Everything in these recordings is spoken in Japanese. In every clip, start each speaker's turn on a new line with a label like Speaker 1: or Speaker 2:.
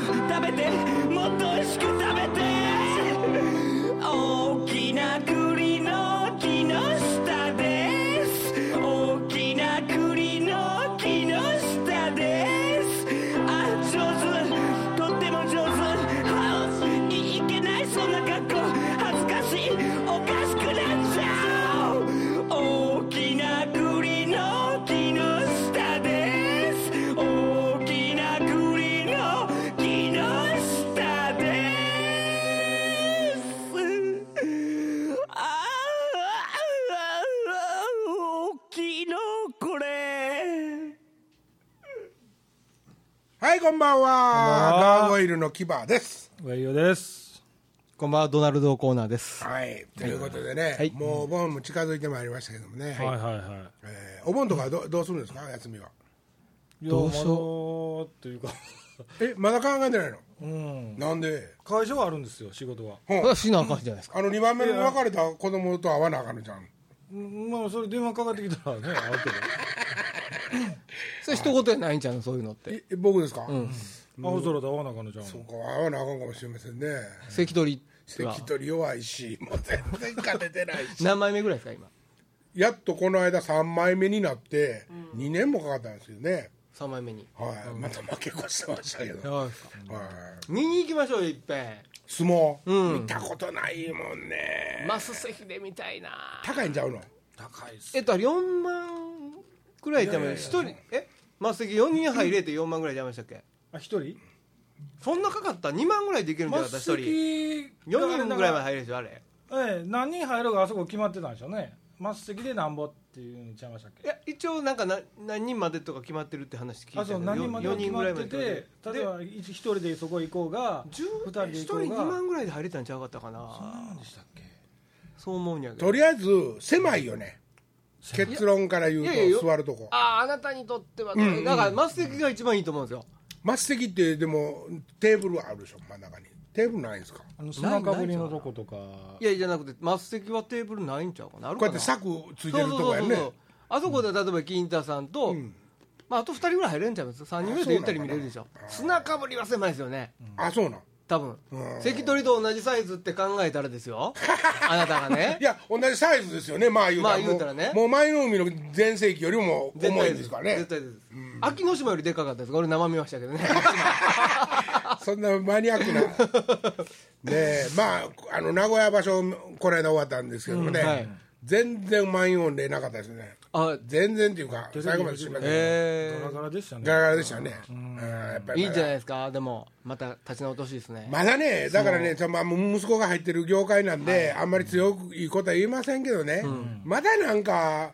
Speaker 1: てもっと美味しく食べて大きな栗の木の下です大きな栗の木の下ですあ上手とっても上手はあいいけないそんな格好恥ずかしいおかしくなっちゃう大きな栗の木の下です大きな栗の木の下ですああ大きいのこれ
Speaker 2: はい、こんばんは。
Speaker 3: こんばんは
Speaker 2: ガーゴイルのキバです。
Speaker 3: ウェイヨです。
Speaker 4: こんばんは、ドナルドコーナーです。
Speaker 2: はい、ということでね、
Speaker 4: はい
Speaker 2: もうお盆も近づいてまいりましたけどもね、
Speaker 3: はいはいは
Speaker 2: えーお盆とかはどどうするんですか、休みは。
Speaker 3: い。
Speaker 4: どうしよう
Speaker 3: ようっていうか、
Speaker 2: え、まだ考えてないの
Speaker 3: うん。
Speaker 2: なんで
Speaker 3: 会社はあるんですよ、仕事は。
Speaker 4: これは不思議な感じじゃないですか。
Speaker 2: あの2番目に別れた子供と会わなあかんのじゃん。
Speaker 3: うんまあ、それ電話かかってきた らね、あるけ
Speaker 4: それ一言じゃないんちゃうの、そういうのって。
Speaker 2: え僕ですか、
Speaker 3: ど。青空と会わなあかんのじゃん。
Speaker 2: そうか、会わなあかんかもしれませんね。
Speaker 4: 関取は
Speaker 2: 関取弱いし、もう全然勝ててないし。
Speaker 4: 何枚目ぐらいですか、今。
Speaker 2: やっとこの間3枚目になって、2年もかかったんですけどね。
Speaker 4: 3枚目に。
Speaker 2: はい、また負け越してましたけど。はい、
Speaker 4: やばいですか。見に行きましょうよ、いっぺん。
Speaker 2: 相撲、
Speaker 4: うん
Speaker 2: 見たことないもんね。
Speaker 4: マス席で見たいな
Speaker 2: 高いんちゃうの
Speaker 3: 高いっす。
Speaker 4: えっと、4万くらいじゃない一人、えマス席4人入れて4万ぐらいじゃいましたっけ
Speaker 3: あ、一人
Speaker 4: そんなかかった ?2 万ぐらいできるんじゃなかった一人。
Speaker 3: 席
Speaker 4: 4人ぐらいまで入れるでしょ、あれ。
Speaker 3: ええ、何人入るかあそこ決まってたんでしょうね。末席でなんぼっていうのちゃいましたっ
Speaker 4: い
Speaker 3: け
Speaker 4: や、一応なんかな何人までとか決まってるって話聞いた
Speaker 3: あ、そう、何人まで決まってて、例えば一人でそこ行こうが、二人で
Speaker 4: 1
Speaker 3: 行こ
Speaker 4: 人
Speaker 3: う
Speaker 4: 2
Speaker 3: が。
Speaker 4: 万ぐらいで入れたんちゃうかったかな
Speaker 3: 何でしたっけ
Speaker 4: そう思うんやけど
Speaker 2: とりあえず、狭いよね。結論から言うと、
Speaker 4: いやいやよ
Speaker 2: 座るとこ。
Speaker 4: あああなたにとっては、だからマス席が一番いいと思うんですよ
Speaker 2: マス席って、でも、テーブルはあるでしょ、真ん中に。テーブルないんですか
Speaker 3: あの、背中ぶりのとことか。
Speaker 4: いやじゃなくてマス席はテーブルないんちゃうかなある
Speaker 2: こうや
Speaker 4: か
Speaker 2: っ
Speaker 4: な
Speaker 2: て柵ついてるとこや
Speaker 4: そうそうそうそう
Speaker 2: ね。
Speaker 4: あそこで例えば金太さんと、まあ、あと2人ぐらい入れるんちゃいます3人ぐらいでゆったり見れるでしょ砂かぶりは狭いですよね
Speaker 2: あ、そうなん。
Speaker 4: 多分、関取と同じサイズって考えたらで すよあなたがね
Speaker 2: いや、同じサイズですよね、まあ言うたら。
Speaker 4: まあ言うたらね
Speaker 2: もうもう前の海の全盛期よりも重いんですからね
Speaker 4: 絶。対です、秋の島よりでかかったです俺生見ましたけどね
Speaker 2: そんなマニアック な。ねえ、まあ、あの、名古屋場所、この間終わったんですけどもね、
Speaker 4: うんはい
Speaker 2: 全然満員御礼なかったですね。
Speaker 4: あ
Speaker 2: 全然っていうか、最後までしましたね。
Speaker 4: え
Speaker 3: ガラガラでした
Speaker 2: ガ
Speaker 3: ね。
Speaker 2: ラガラでしたね。うんやっぱ
Speaker 4: ー、
Speaker 2: り
Speaker 4: いいんじゃないですかでもまた立ち直ってほしいですね
Speaker 2: まだね、だからね、そのまあ息子が入ってる業界なんで、あんまり強くいいことは言いませんけどね、まだなんか、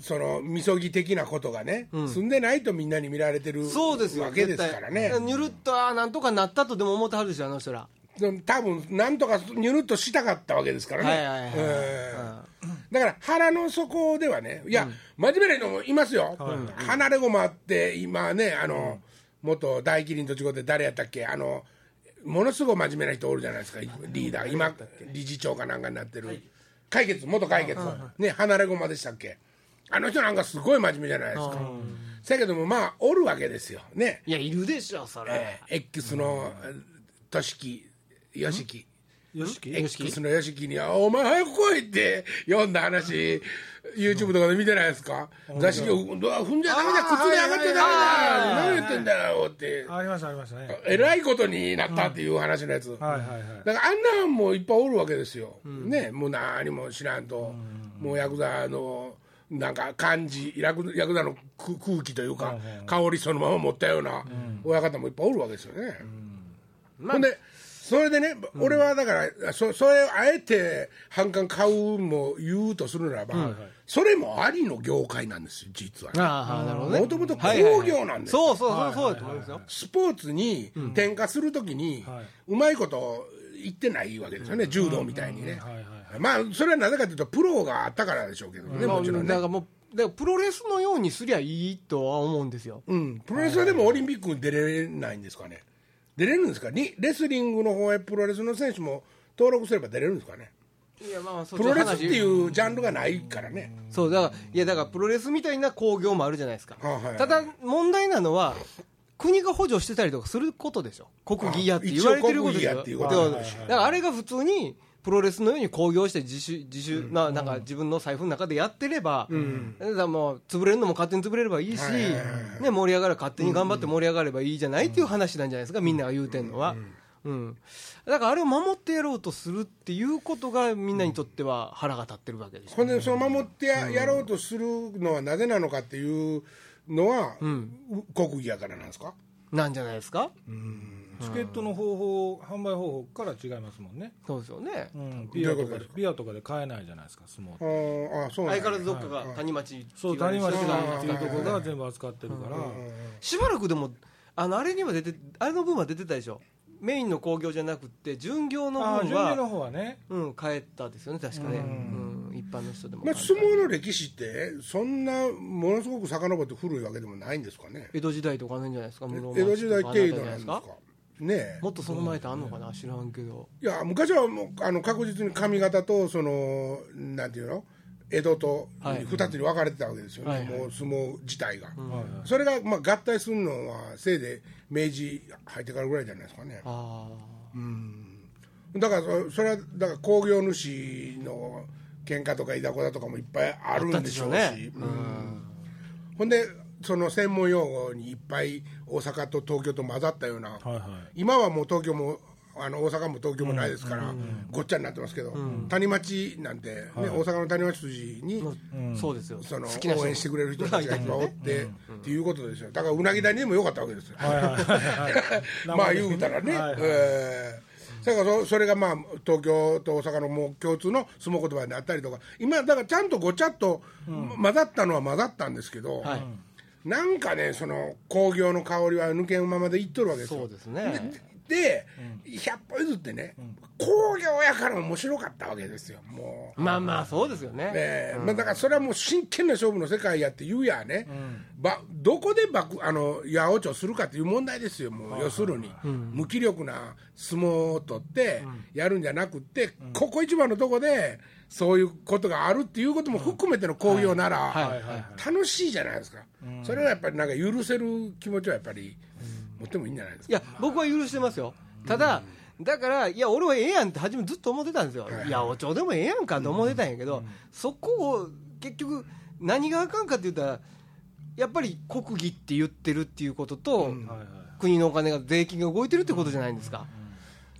Speaker 2: そのみそぎ的なことがね、済んでないとみんなに見られてる
Speaker 4: そうですよ
Speaker 2: わけですからね
Speaker 4: 絶、対にゅるっとあーなんとかなったとでも思ってはるでしょあの人ら
Speaker 2: でも多分なんとかにゅるっとしたかったわけですから
Speaker 4: はいはいはい
Speaker 2: ねうん、だから腹の底ではね、いや、真面目な人もいますよ、離れ駒あって、今ね、あの元大麒麟と違って、誰やったっけ、あのものすごい真面目な人おるじゃないですか、リーダー、今、理事長かなんかになってる、解決、元解決、ね、離れ駒でしたっけ、あの人なんかすごい真面目じゃないですか。せやけども、まあ、おるわけですよ、ね。
Speaker 4: いやいるでしょそれ、
Speaker 2: えー X のとしきよしき
Speaker 3: よしき
Speaker 2: X のよしきに「お前早く来い」って読んだ話 YouTube とかで見てないですか雑誌に「うわ踏んじゃダメだ
Speaker 3: あー
Speaker 2: 靴に上がっちゃダメだ
Speaker 3: はいはいはい
Speaker 2: 何言ってんだよ」って
Speaker 3: ありました、ありましたね。
Speaker 2: えらいことになったっていう話のやつ
Speaker 3: はいはいはい。
Speaker 2: だからあんなんもいっぱいおるわけですよ、ねもう何も知らんと、もうヤクザのなんか感じヤクヤクザの空空気というか、香りそのまま持ったような親方もいっぱいおるわけですよね、ほんでそれでね、俺はだからそそれをあえて反感買うも言うとするならば、それもありの業界なんですよ実はね、
Speaker 4: ああなるほどね
Speaker 2: もともと
Speaker 4: はいはいはい
Speaker 2: 工業なんですよ
Speaker 4: そうそうそうそうだと思いますよ
Speaker 2: スポーツに転化するときに、うまいこと言ってないわけですよね、柔道みたいにね、
Speaker 3: はいはい
Speaker 2: まあそれはなぜかというとプロがあったからでしょうけどね、もちろんね
Speaker 4: だからもうだからプロレスのようにすりゃいいとは思うんですよ
Speaker 2: うん、プロレスはでもオリンピックに出れないんですかね出れるんですかにレスリングの方へプロレスの選手も登録すれば出れるんですかね
Speaker 4: いやまあまあそ
Speaker 2: プロレスっていうジャンルがないからね、
Speaker 4: そうだからいやだからプロレスみたいな興行もあるじゃないですか、
Speaker 2: はいはい
Speaker 4: ただ問題なのは国が補助してたりとかすることでしょ国技やって
Speaker 2: あ
Speaker 4: 言われてることでし
Speaker 2: 一応国技や
Speaker 4: ょ
Speaker 2: っていう
Speaker 4: だ
Speaker 2: こ
Speaker 4: か
Speaker 2: とだ
Speaker 4: らだからあれが普通にプロレスのように興行して自主自主ななんか自分の財布の中でやってれば、だからもう潰れるのも勝手に潰れればいいし、
Speaker 2: はいはいはい
Speaker 4: ね、盛り上がる勝手に頑張って盛り上がればいいじゃないっていう話なんじゃないですかみんなが言うてんのは、うん、だからあれを守ってやろうとするっていうことがみんなにとっては腹が立ってるわけでしょ
Speaker 2: ほんでその守ってや,、やろうとするのはなぜなのかっていうのは、国技やからなんですか
Speaker 4: なんじゃないですか、
Speaker 3: チケットの方法販売方法から違いますもんね、
Speaker 4: そうですよね、
Speaker 3: うん、ビア
Speaker 2: どういう
Speaker 3: と
Speaker 2: こと
Speaker 3: か
Speaker 2: です
Speaker 3: でビアとかで買えないじゃないですか相撲
Speaker 2: あーあそうなん
Speaker 4: 相
Speaker 2: や
Speaker 4: 変わらずどっかが谷町って
Speaker 3: そう
Speaker 4: 言われ
Speaker 3: 谷
Speaker 4: る人
Speaker 3: 町
Speaker 4: が
Speaker 3: っていうところが全部扱ってるから、
Speaker 4: しばらくでもあのあれには出てあれの分は出てたでしょメインの興行じゃなくて巡業の
Speaker 3: ああ
Speaker 4: 分
Speaker 3: 順次の
Speaker 4: は
Speaker 3: 方はね
Speaker 4: うん帰ったですよね確かねうん一般の人でも
Speaker 2: まあ、相撲の歴史ってそんなものすごく遡って古いわけでもないんですかね
Speaker 4: 江戸時代とかあの辺じゃないですか室町
Speaker 2: 江戸時代
Speaker 4: とかあの
Speaker 2: 程
Speaker 4: 辺
Speaker 2: 度
Speaker 4: じ
Speaker 2: なで
Speaker 4: ゃなんいですす
Speaker 2: か
Speaker 4: か
Speaker 2: ねえ
Speaker 4: もっとその前ってあんのかな知らんけど
Speaker 2: いや昔はもうあの確実に髪型とそのなんていうの江戸と
Speaker 4: はい
Speaker 2: 二つに分かれてたわけですよね、
Speaker 4: はいはい
Speaker 2: もう相撲自体が、それがまあ合体するのはせいで明治入ってからぐらいじゃないですかね
Speaker 4: ああ
Speaker 2: だからそそれはだから工業主の喧嘩とかいだこだとかもいっぱいあるんでしょうし
Speaker 4: あったでしょうね
Speaker 2: うんほんでその専門用語にいっぱい大阪と東京と混ざったような、
Speaker 3: はいはい
Speaker 2: 今はもう東京もあの大阪も東京もないですから、ごっちゃになってますけど、谷町なんて、ね大阪の谷町筋に、
Speaker 4: そうですよ
Speaker 2: その
Speaker 4: 好きな人
Speaker 2: 応援してくれる人たちがいっぱいおって、っていうことですよだからうなぎ谷でもよかったわけですよ、まあ言うたらね、
Speaker 3: はいはい
Speaker 2: えーだからそそれがまあ東京と大阪のもう共通の相撲言葉になったりとか今だからちゃんとごちゃっと混ざったのは混ざったんですけど、
Speaker 4: はい
Speaker 2: なんかねその工業の香りは抜けんままでいっとるわけですよ
Speaker 4: そうですね
Speaker 2: でで100歩譲ってね、工業やから面白かったわけですよもう。
Speaker 4: まあまあそうですよね
Speaker 2: ええまあ、だからそれはもう真剣な勝負の世界やって言うやね、ばどこでばくあの八百長するかっていう問題ですよ、もう要するに、無気力な相撲を取って、やるんじゃなくって、ここ一番のとこで、そういうことがあるっていうことも含めての興行なら、
Speaker 4: はいはいはい
Speaker 2: 楽しいじゃないですか、それはやっぱりなんか許せる気持ちはやっぱり、持ってもいいんじゃないです
Speaker 4: い
Speaker 2: か。
Speaker 4: や僕は許してますよただ、だからいや俺はええやんって初めずっと思ってたんですよ、い、やお茶でもええやんかと思ってたんやけど、そこを結局何があかんかって言ったらやっぱり国技って言ってるっていうことと、
Speaker 3: はいはい
Speaker 4: 国のお金が税金が動いてるってことじゃないんですか、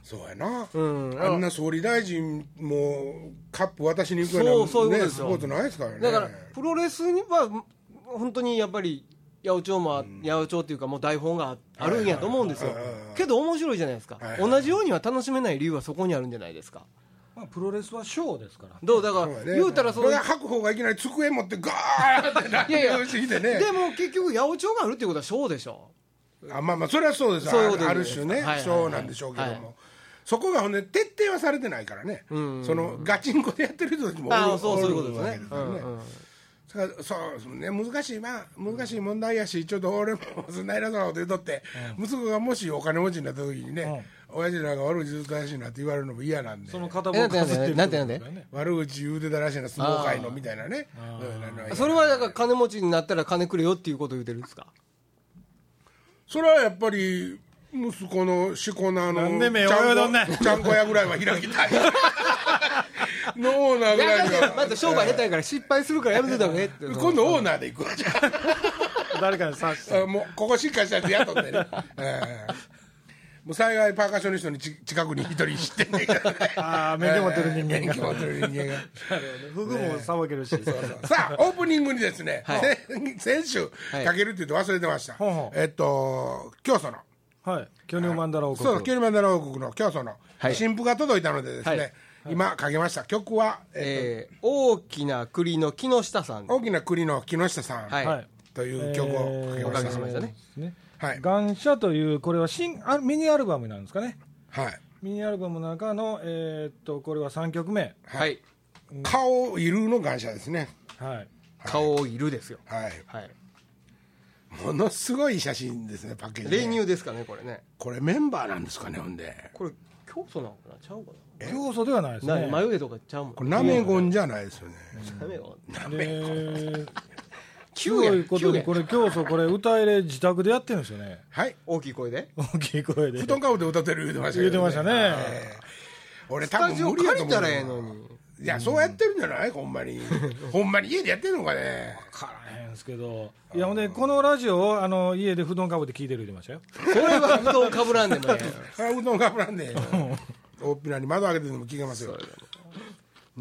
Speaker 2: そうやな、
Speaker 4: うん
Speaker 2: あんな総理大臣もカップ渡しに行くような
Speaker 4: そうそういうこと
Speaker 2: ね、
Speaker 4: です
Speaker 2: ス
Speaker 4: よ
Speaker 2: ポーツないですからね。
Speaker 4: だからプロレスには本当にやっぱり八百長もあ八百長っていうかもう台本がああるんやと思うんですよ
Speaker 2: はいはいはいはい
Speaker 4: けど面白いじゃないですか、
Speaker 2: はいはい
Speaker 4: 同じようには楽しめない理由はそこにあるんじゃないですか
Speaker 3: まあ、プロレスはショーですから
Speaker 4: どうだから、
Speaker 2: そうやね
Speaker 4: 言うたらその
Speaker 2: れが白鵬がいきなり机持ってガーってなっ
Speaker 4: いやい
Speaker 2: て
Speaker 4: や
Speaker 2: きてね
Speaker 4: でも結局八百長があるってことはショーでしょ
Speaker 2: あまあまあそれはそうです
Speaker 4: そういうこと
Speaker 2: あある
Speaker 4: です
Speaker 2: 種ね、
Speaker 4: はいはいはい
Speaker 2: そうなんでしょうけども、
Speaker 4: はい
Speaker 2: そこがほんで徹底はされてないからね、そのガチンコでやってる人たちもおる
Speaker 4: ああそうそういうことで
Speaker 2: お
Speaker 4: す
Speaker 2: るわ
Speaker 4: ね
Speaker 2: けからねそれからそうですね難しいまあ難しい問題やしちょっと俺もそんな偉そうなこと言うとって、息子がもしお金持ちになった時にね、親父なんか悪口言うてたらしいなって言われるのも嫌なんで
Speaker 3: その片
Speaker 4: え
Speaker 3: 棒
Speaker 4: なんて
Speaker 3: ってる
Speaker 4: なんてなんて
Speaker 3: ってことですからね
Speaker 2: 悪口言うてたらしいな相撲界のみたいなねうんなんか嫌
Speaker 4: それはだから金持ちになったら金くれよっていうことを言ってるんですか
Speaker 2: それはやっぱり息子のしこなの
Speaker 3: なんで目
Speaker 2: ちゃ
Speaker 3: 泳いどんね
Speaker 2: ん
Speaker 3: ん
Speaker 2: こちゃんこ屋ぐらいは開きた いのオーナーぐらいが
Speaker 4: また商売下手やから失敗するからやめてた方がええって
Speaker 2: 今度オーナーで 行くわじゃ
Speaker 3: 誰かに刺して
Speaker 2: あもうここしっかりしたやつ雇ってね、ええもう幸いパーカッショニストにち近くに一人知ってんねんけどね
Speaker 3: ああ免許持ってる人間
Speaker 2: 免
Speaker 3: が
Speaker 2: 許持ってる人間が
Speaker 3: フグもさばけるし、
Speaker 2: さあオープニングにですね、
Speaker 4: はい
Speaker 2: 先先週
Speaker 4: はい
Speaker 2: かけるって言って忘れてました、
Speaker 3: ほうほう
Speaker 2: えっと教祖の
Speaker 3: はい巨乳マンダラ王国
Speaker 2: そう、キュリマンダラ王国の教祖の
Speaker 4: はい
Speaker 2: 新譜が届いたのでですね、
Speaker 4: はい
Speaker 2: 今かけました曲は、え
Speaker 4: えー大きな栗の木下さん
Speaker 2: ー大きな国の木下さん」
Speaker 4: はい
Speaker 3: はい
Speaker 2: という曲をかけま
Speaker 4: おかけ
Speaker 2: し、
Speaker 4: したましたね
Speaker 3: ね
Speaker 2: はい、
Speaker 3: 感謝というこれは新あミニアルバムなんですかね
Speaker 2: はい、
Speaker 3: ミニアルバムの中のえーっとこれは3曲目
Speaker 4: はい
Speaker 2: 顔いるの感謝ですね
Speaker 3: はい
Speaker 4: 顔をいるですよ
Speaker 2: はい
Speaker 4: はい
Speaker 2: ものすごい写真ですねパッケージね、
Speaker 4: 練乳ですかねこれね
Speaker 2: これメンバーなんですかねほんで
Speaker 4: これ教祖なのかなちゃうか
Speaker 3: 競争ではないです
Speaker 4: なな
Speaker 3: ね
Speaker 4: 眉毛とかちゃうも
Speaker 2: こ
Speaker 4: ん
Speaker 2: れナメゴンじゃないですよね
Speaker 4: ダメよ
Speaker 3: で
Speaker 4: 9
Speaker 3: すご
Speaker 4: 円
Speaker 3: いこと
Speaker 4: 9
Speaker 3: に
Speaker 4: 円
Speaker 3: これ教祖これ歌いれ自宅でやってるんですよね
Speaker 2: はい
Speaker 4: 大きい声で
Speaker 3: 大きい声で
Speaker 2: 布団かぶって歌ってる言うてました
Speaker 3: 言
Speaker 2: け
Speaker 3: って
Speaker 2: ど、
Speaker 3: ましたね、
Speaker 2: 俺
Speaker 4: ス
Speaker 2: 多
Speaker 4: タ
Speaker 2: 分
Speaker 4: ジオ
Speaker 2: 無理や
Speaker 4: 借
Speaker 2: と
Speaker 4: り
Speaker 2: 思
Speaker 4: た
Speaker 2: う
Speaker 4: らええ
Speaker 2: よ
Speaker 4: のに
Speaker 2: いやそうやってるんじゃないほんま にほんまに家でやってんのかね
Speaker 3: からへんすけどいやほんでこのラジオをあの家で布団かぶって聞いてる言ってましたよ
Speaker 4: それは布団かぶらんでもえ
Speaker 2: それはうどんがぶらんで大っぴらに窓開けてでも聞けますよね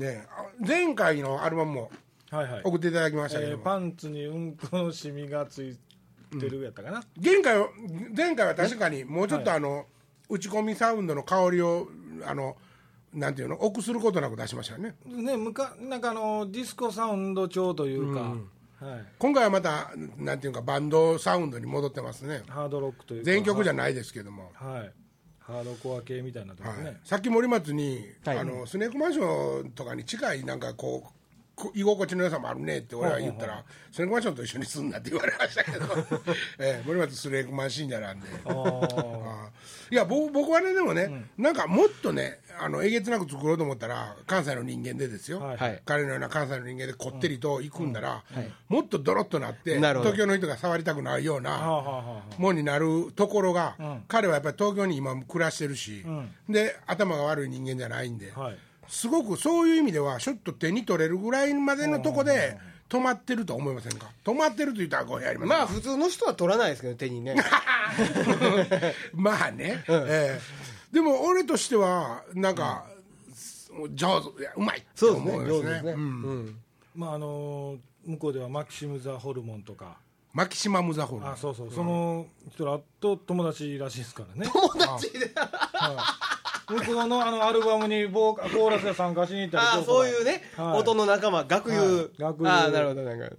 Speaker 2: えあ前回のアルバムも
Speaker 3: はいはい、
Speaker 2: 送っていただきまし
Speaker 3: え
Speaker 2: たけど
Speaker 3: ー
Speaker 2: も、
Speaker 3: パンツにうんこのシミがついてるやったかな、
Speaker 2: 前回は前回は確かにもうちょっとあの、打ち込みサウンドの香りをあのなんていうの臆することなく出しましたよね
Speaker 3: ねむかなんかあのディスコサウンド調というか、はい、
Speaker 2: 今回はまたなんていうかバンドサウンドに戻ってますね
Speaker 3: ハードロックというか
Speaker 2: 全曲じゃないですけども、
Speaker 3: はいハードコア系みたいなとこ
Speaker 2: は
Speaker 3: ろ
Speaker 2: い
Speaker 3: ね、
Speaker 2: さっき森松に、
Speaker 4: はい
Speaker 2: あのスネークマンションとかに近いなんかこうこ居心地の良さもあるねって俺は言ったら、スネークマンションと一緒に住んだって言われましたけど、ええ森松スネークマンシンジャーなんで
Speaker 3: あ
Speaker 2: あーいや僕僕はねでもね、なんかもっとねあのえげつなく作ろうと思ったら関西の人間でですよ、
Speaker 3: はい
Speaker 4: のはい
Speaker 2: 彼のような関西の人間でこってりと行くんだら、もっとドロッとなって
Speaker 4: なるほど
Speaker 2: 東京の人が触りたくないよう
Speaker 3: あは
Speaker 2: な
Speaker 3: あはあは
Speaker 2: もんになるところが、彼はやっぱり東京に今も暮らしてるし、で頭が悪い人間じゃないんで、
Speaker 3: あはい
Speaker 2: すごくそういう意味ではちょっと手に取れるぐらいまでのとこで止まってると思いませんか止まってると言ったら語弊あります
Speaker 4: まあ普通の人は取らないですけど手にね
Speaker 2: まあね、ええでも俺としてはなんか、上手いやうまいって
Speaker 4: そう
Speaker 2: 思
Speaker 4: です
Speaker 2: います
Speaker 4: ね上手
Speaker 2: ね
Speaker 4: ですね、
Speaker 2: うん
Speaker 4: うん
Speaker 3: まああのー向こうではマキシム・ザ・ホルモンとか
Speaker 2: マキシマムザホル
Speaker 3: あそうそうその人らと友達らしいですからね
Speaker 4: 友達で
Speaker 3: 向こうのあのアルバムにボーカコーラスで参加しに行ったり
Speaker 4: ああ
Speaker 3: とか
Speaker 4: そういうね、
Speaker 3: はい
Speaker 4: 音の仲間学友、
Speaker 3: はい学友
Speaker 4: ああなるほどなんか
Speaker 3: はい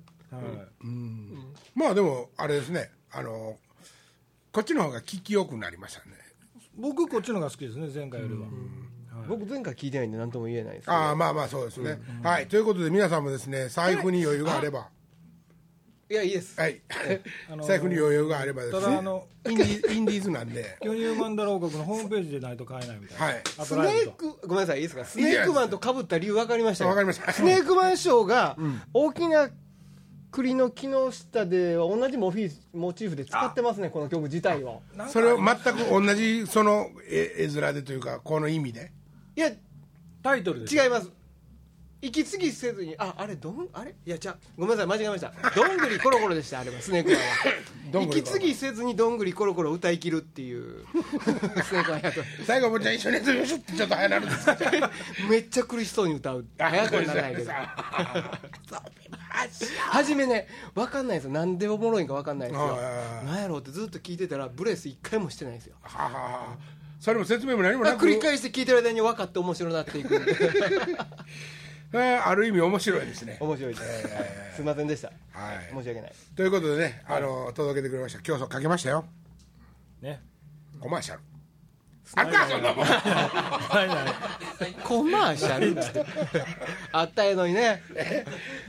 Speaker 2: まあでもあれですねあのこっちの方が聞きよくなりましたね
Speaker 3: 僕こっちのが好きですね前回よりは
Speaker 4: 僕前回聞いてないんで何とも言えないですけど
Speaker 2: ああまあまあそうですね、はいということで皆さんもですね財布に余裕があれば
Speaker 4: いやいいです
Speaker 2: はい、
Speaker 3: あのー
Speaker 2: 財布に余裕があればです
Speaker 3: た
Speaker 2: ね
Speaker 3: だあの
Speaker 2: インデ ィインディーズなんで
Speaker 3: 巨乳マンダラ王国のホームページでないと買えないみたいな
Speaker 2: はい
Speaker 3: あ
Speaker 4: ス
Speaker 3: と
Speaker 4: ネ
Speaker 3: ライブ
Speaker 4: ー
Speaker 3: と
Speaker 4: クごめんなさいいいですかスネークマンとかぶった理由分かりましたよ
Speaker 2: わかりました
Speaker 4: スネークマン賞が大きな栗の木の下では同じモフィモチーフで使ってますねこの曲自体を
Speaker 3: なんか
Speaker 2: それを全く同じその絵絵面でというかこの意味で
Speaker 4: いや
Speaker 3: タイトルで
Speaker 4: 違います息継ぎせずにああれどんあれいやじゃごめんなさい間違えましたどんぐりコロコロでしたあれはスネークマ
Speaker 2: ど
Speaker 4: ン
Speaker 2: ん
Speaker 4: は
Speaker 2: ぐりコロコロ
Speaker 4: 息継ぎせずにどんぐりコロコロ歌い切るっていう スネークマンやと
Speaker 2: 最後もじゃあ一緒にやってみましょうってちょっと早なるんですけど
Speaker 4: めっちゃ苦しそうに歌う早くはならないけ ど 初めね分かんないんですよなんでおもろいんか分かんないんですよ
Speaker 2: はいはいはい
Speaker 4: なんやろうってずっと聞いてたらブレス一回もしてないんですよ
Speaker 2: はあはあはあそれも説明も何もなく
Speaker 4: 繰り返して聞いてる間に分かって面白なっていくんで
Speaker 2: えーある意味 面白いですね、
Speaker 4: 面白いです すいませんでした
Speaker 2: は
Speaker 4: 申
Speaker 2: い、
Speaker 4: し訳ない
Speaker 2: ということでねあの届けてくれました競争かけましたよ
Speaker 3: ね
Speaker 2: コマーシャルあったそんなもん
Speaker 3: はいはい
Speaker 4: コマーシャルっつってあったやのにね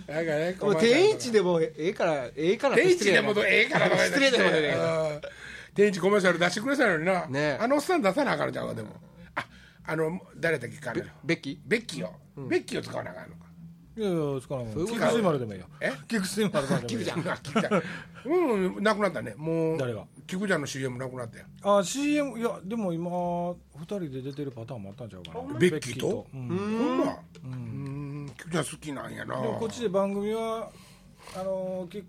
Speaker 2: なんかね、
Speaker 4: もう定位置でもええからえ えからって
Speaker 2: 定位
Speaker 4: 失
Speaker 2: 置
Speaker 4: 礼
Speaker 2: で
Speaker 4: や
Speaker 2: も
Speaker 4: な
Speaker 2: どええからとか
Speaker 4: 失礼なこと
Speaker 2: ね
Speaker 4: ね
Speaker 2: 定位置コマーシャル出してくれたのにな、
Speaker 4: ねえ
Speaker 2: あのおっさん出さなあかんじゃんかでもああの誰だっけ彼の
Speaker 4: べき
Speaker 2: ベッキーを、ベッキーを使わなあかんのか
Speaker 3: いやいや使わない
Speaker 4: そういう
Speaker 3: キ
Speaker 4: こと
Speaker 2: だ
Speaker 3: クスイマルでもいいよ
Speaker 2: え
Speaker 3: キクスイマルで もいいよ
Speaker 4: キクちゃん
Speaker 2: あ聞いたうんなくなったねもう
Speaker 3: 誰が
Speaker 2: キクちゃんの CM なくなったよ
Speaker 3: あ CM いやでも今2人で出てるパターンもあったんちゃうかな
Speaker 2: ベッキーと
Speaker 3: うん
Speaker 2: ほんまうんキクちゃん好きなんやな
Speaker 3: でもこっちで番組はあのキク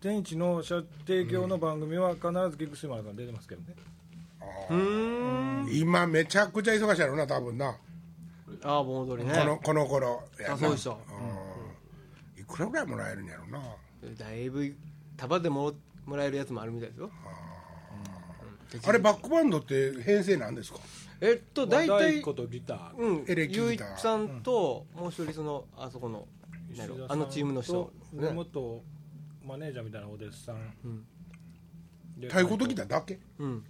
Speaker 3: 天一の社提供の番組は必ずキックスイマルさん出てますけどね、
Speaker 2: 今めちゃくちゃ忙しいやろな多分な
Speaker 4: ああ盆踊りね
Speaker 2: このこの頃やな
Speaker 4: あそうでした
Speaker 2: うんいくらぐらいもらえるんやろな
Speaker 4: だいぶ束でももらえるやつもあるみたいですよ
Speaker 2: あれバックバンドって編成なんですか
Speaker 4: えっと大
Speaker 3: 和太
Speaker 4: 体
Speaker 3: 鼓とギター、
Speaker 4: うん
Speaker 2: エレキギター
Speaker 4: ゆういちさんともう一人そのあそこのなんやろあのチームの人
Speaker 3: ね、
Speaker 4: ね
Speaker 3: 元マネージャーみたいなお弟子さん、
Speaker 4: ん
Speaker 3: で
Speaker 2: 太鼓とギターだけ
Speaker 4: うん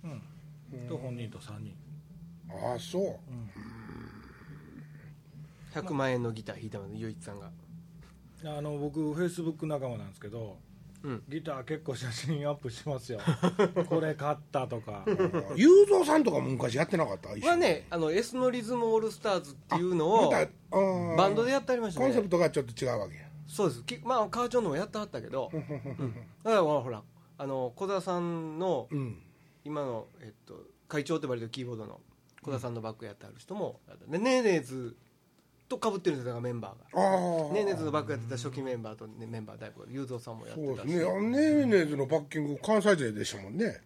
Speaker 3: と本人と3人
Speaker 2: ああそう
Speaker 4: 100万円のギター弾いたのでゆういちさんが
Speaker 3: あの僕フェイスブック仲間なんですけど、
Speaker 4: うん
Speaker 3: ギター結構写真アップします よこれ買ったとか
Speaker 2: 雄三さんとかも昔やってなかった一緒
Speaker 4: は
Speaker 2: に
Speaker 4: ねあの S のリズムオールスターズっていうの
Speaker 2: ま
Speaker 4: を
Speaker 2: たあー
Speaker 4: バンドでやってありました
Speaker 2: コンセ
Speaker 4: ね
Speaker 2: プトがちょっと違うわけや
Speaker 4: そうですきまあ川町のもやってはったけど、うん、だからほらほらあの小田さんの
Speaker 2: うん
Speaker 4: 今の、えっと、会長って言われてるキーボードの小田さんのバックやってある人も、でネーネーズとかぶってるんですよだからメンバーが
Speaker 2: ああ
Speaker 4: ネーネーズのバックやってた初期メンバーと、ね、メンバーだいぶ雄三さんもやっ
Speaker 2: そ
Speaker 4: て
Speaker 2: う
Speaker 4: た
Speaker 2: で
Speaker 4: し、
Speaker 2: すねあネーネーズのバッキング関西勢でしたもんね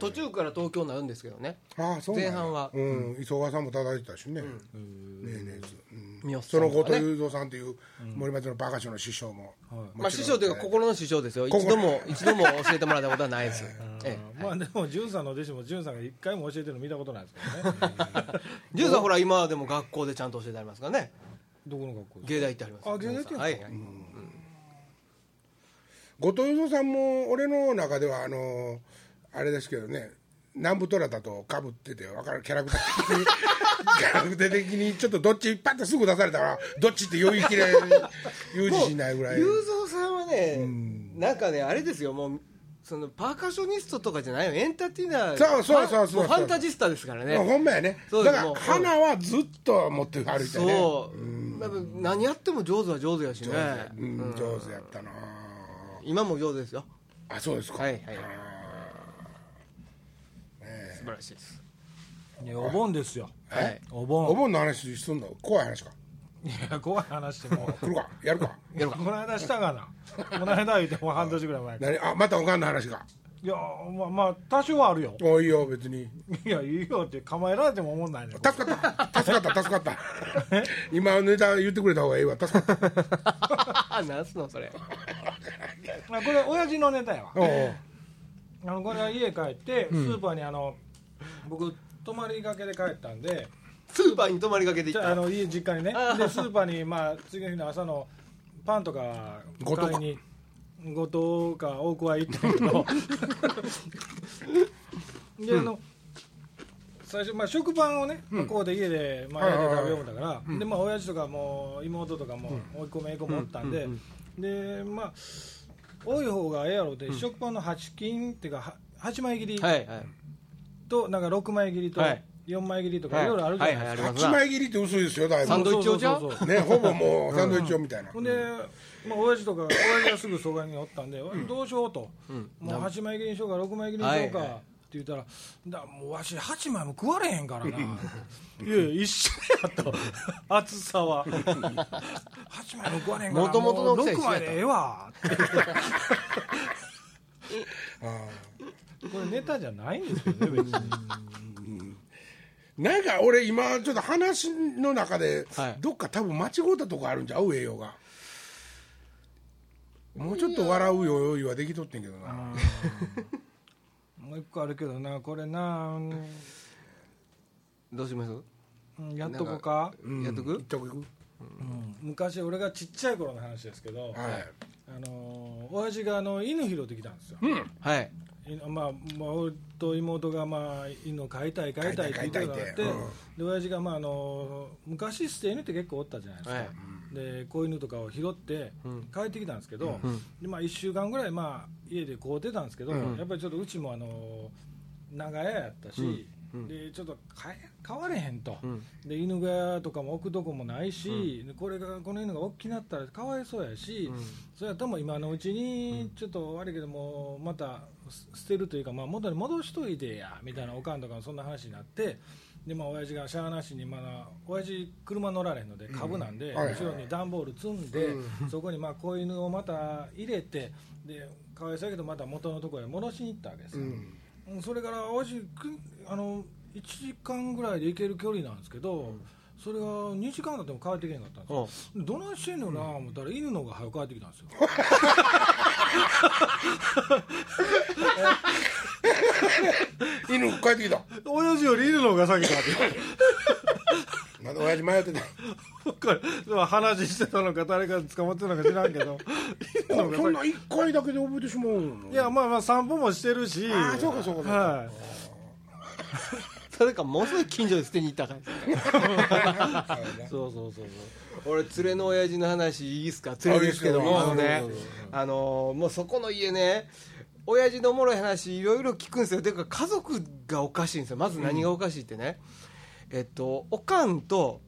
Speaker 4: 途中から東京になるんですけどね
Speaker 2: ああそうなんや
Speaker 4: 前半は
Speaker 2: うん磯川さんも叩いてたしねネーネーズ
Speaker 4: 三好さ
Speaker 2: そ
Speaker 4: ん
Speaker 2: の
Speaker 4: と
Speaker 2: 後
Speaker 4: か、ね、
Speaker 2: 藤雄三さんという森松のバカ師匠の師匠も
Speaker 4: まあ、師匠というか心の師匠ですよ
Speaker 2: 心
Speaker 4: 一度も一度も教えてもらったことはないです、ええ
Speaker 3: まあでも、潤さんの弟子も潤さんが一回も教えてるの見たことないです からね、
Speaker 4: ジュンさんほら今でも学校でちゃんと教えてありますからね
Speaker 3: どこの学校ですか
Speaker 4: 芸大行ってあります
Speaker 3: あ芸大行ってんすか
Speaker 4: はいはい
Speaker 2: 後藤雄三さんも俺の中ではあのあれですけどね南部トラだとかぶってて分かるキャラクター的にキャラクター的にちょっとどっちパッとすぐ出されたからどっちって余裕きれ言う自信ないぐらい
Speaker 4: 雄三さんはね、なんかねあれですよもうそのパーカッショニストとかじゃないよエンターテイナー
Speaker 2: そうそうそうそう
Speaker 4: ファンもファンタジスタですからね
Speaker 2: ほんまやね
Speaker 4: そう
Speaker 2: だ
Speaker 4: で
Speaker 2: か
Speaker 4: すも
Speaker 2: ら
Speaker 4: う
Speaker 2: 花はずっと持って歩いてね
Speaker 4: そう、やっぱ何やっても上手は上手やしね
Speaker 2: うん上手やったな
Speaker 4: 今も上手ですよ
Speaker 2: あそうですか
Speaker 4: はいはい
Speaker 2: え
Speaker 4: 素晴らしいです
Speaker 3: ねお盆ですよ、
Speaker 2: え
Speaker 4: はい
Speaker 3: お
Speaker 2: お
Speaker 3: 盆、
Speaker 2: 盆の話すんの怖い話か
Speaker 3: いや怖い話しても、
Speaker 2: 来るか やる か
Speaker 4: やろう
Speaker 3: この間したがな、この間言うても半年ぐらい前から
Speaker 2: 何あまたおかんの話か
Speaker 3: いや、まあ、まあ、多少はあるよ、
Speaker 2: もういいよ別に
Speaker 3: いや、いいよって構えられても思んないねん、
Speaker 2: 助かった助かった助かった今ネタ言ってくれた方がいいわ助かった
Speaker 4: 何すのそれ
Speaker 3: あこれ、親父のネタやわ。
Speaker 2: おう
Speaker 3: あのこれは家帰って、スーパーにあの僕泊まりがけで帰ったんで
Speaker 4: スーパーに泊まりがけて
Speaker 3: じ
Speaker 4: 行っ
Speaker 3: ゃあ
Speaker 4: た
Speaker 3: あの家実家にね
Speaker 4: あー
Speaker 3: でスーパーに、まあ、次の日の朝のパンとか
Speaker 2: 後藤か
Speaker 3: 買いに後藤か大桑行ったけどであの、最初、まあ、食パンをね、まあここで家で、まあ、
Speaker 2: はいはい
Speaker 3: 焼い
Speaker 2: はい
Speaker 3: て食べようもんだから、でまあ親父とかも妹とかも、おいっ子めいっ子もおったんで、でまあ多い方がええやろうで、食パンの8斤っていうかは8枚切り
Speaker 4: はいはい
Speaker 3: となんか6枚切りと
Speaker 4: はい
Speaker 3: 4枚切りと
Speaker 4: は
Speaker 3: か
Speaker 4: い
Speaker 3: いろいろあるじゃないですか、
Speaker 4: はいはいあります
Speaker 2: 八枚切りって薄いですよだい
Speaker 4: サンド
Speaker 2: ぶ
Speaker 4: イッチ用じゃん
Speaker 3: そうそうそうそう
Speaker 2: ねほぼもうサンドイッチ用みたいな
Speaker 3: ほんで、まあ、親父とか親父がすぐそばにおったんで、どうしようと、もう8枚切りにしようか6枚切りにしようか、
Speaker 4: はいはい
Speaker 3: って言ったらだもうわし8枚も食われへんからないやいや一緒やと 厚さ は8枚も食われへんから
Speaker 4: 元々の大き
Speaker 3: 6
Speaker 4: さ一緒やと
Speaker 3: 枚でええ わってこれネタじゃないんですけ どね別に
Speaker 2: なんか俺今ちょっと話の中で
Speaker 4: はい
Speaker 2: どっか多分間違うたとこあるんちゃう栄養がもうちょっと笑う余裕はできとってんけどな
Speaker 3: もう一個あるけどなこれな、うん
Speaker 4: どうします
Speaker 3: うんやっとこか
Speaker 2: うん
Speaker 4: やっとく
Speaker 2: いっとく
Speaker 3: 昔俺がちっちゃい頃の話ですけど、
Speaker 2: はい
Speaker 3: あのー親父があの犬拾ってきたんですよ、
Speaker 4: はい
Speaker 3: 犬まあ、まあ俺と妹が、まあ、犬を飼いたい飼いたいって言ってたのがあって
Speaker 2: 飼いたい飼いたいって
Speaker 3: で親父が、まあ、あのー昔捨て犬って結構おったじゃないですか、
Speaker 4: はい
Speaker 3: で子犬とかを拾って
Speaker 4: うん
Speaker 3: 帰ってきたんですけど、
Speaker 4: うん
Speaker 3: でまあ、1週間ぐらい、まあ、家で飼うてたんですけど、
Speaker 4: うん
Speaker 3: やっぱりちょっとうちも、あのー長屋やったし、
Speaker 4: うんうん
Speaker 3: でちょっと飼え飼われへんと。
Speaker 4: うん
Speaker 3: で犬小屋とかも置くとこもないし、でこれがこの犬が大きなったらかわいそうやし、
Speaker 4: うん
Speaker 3: それやったらもう今のうちにちょっと悪いけどもうまたす捨てるというか、まあ、元に戻しといてやみたいなおかんとかもそんな話になってでまあ親父がしゃあなしにまだ親父車乗られへんので株なん
Speaker 2: は
Speaker 3: で、
Speaker 2: いはいはい
Speaker 3: 後ろに段ボール積んで、そこにまあ子犬をまた入れてでかわいそうやけどまた元のところへ戻しに行ったわけですよ。
Speaker 2: うん
Speaker 3: うんそれから淡路くんあの1時間ぐらいで行ける距離なんですけど、それが2時間だっても帰ってけへんかったん
Speaker 4: おう
Speaker 3: ですよどないしてんのな思ったら犬の方が早く帰ってきたんですよ
Speaker 2: 犬帰ってきた
Speaker 3: 親父より犬の方が先だって
Speaker 2: まだ親父迷ってた
Speaker 3: これでも話してたのか誰か捕まってたのか知らんけど犬の方が
Speaker 2: そん
Speaker 3: 先
Speaker 2: な一回だけで覚えてしまうの
Speaker 3: いやまあまあ散歩もしてるし
Speaker 2: ああそうかそうかそうか
Speaker 3: はい
Speaker 4: それかものすごい近所で捨てに行ったから
Speaker 3: そうそうそうそう
Speaker 4: 俺連れの親父の話いいですか連れですけども
Speaker 2: あい
Speaker 4: あの
Speaker 2: いですよ
Speaker 4: ねあのーもうそこの家ね親父のおもろい話いろいろ聞くんですよていうか家族がおかしいんですよまず何がおかしいってね、えっとおかんと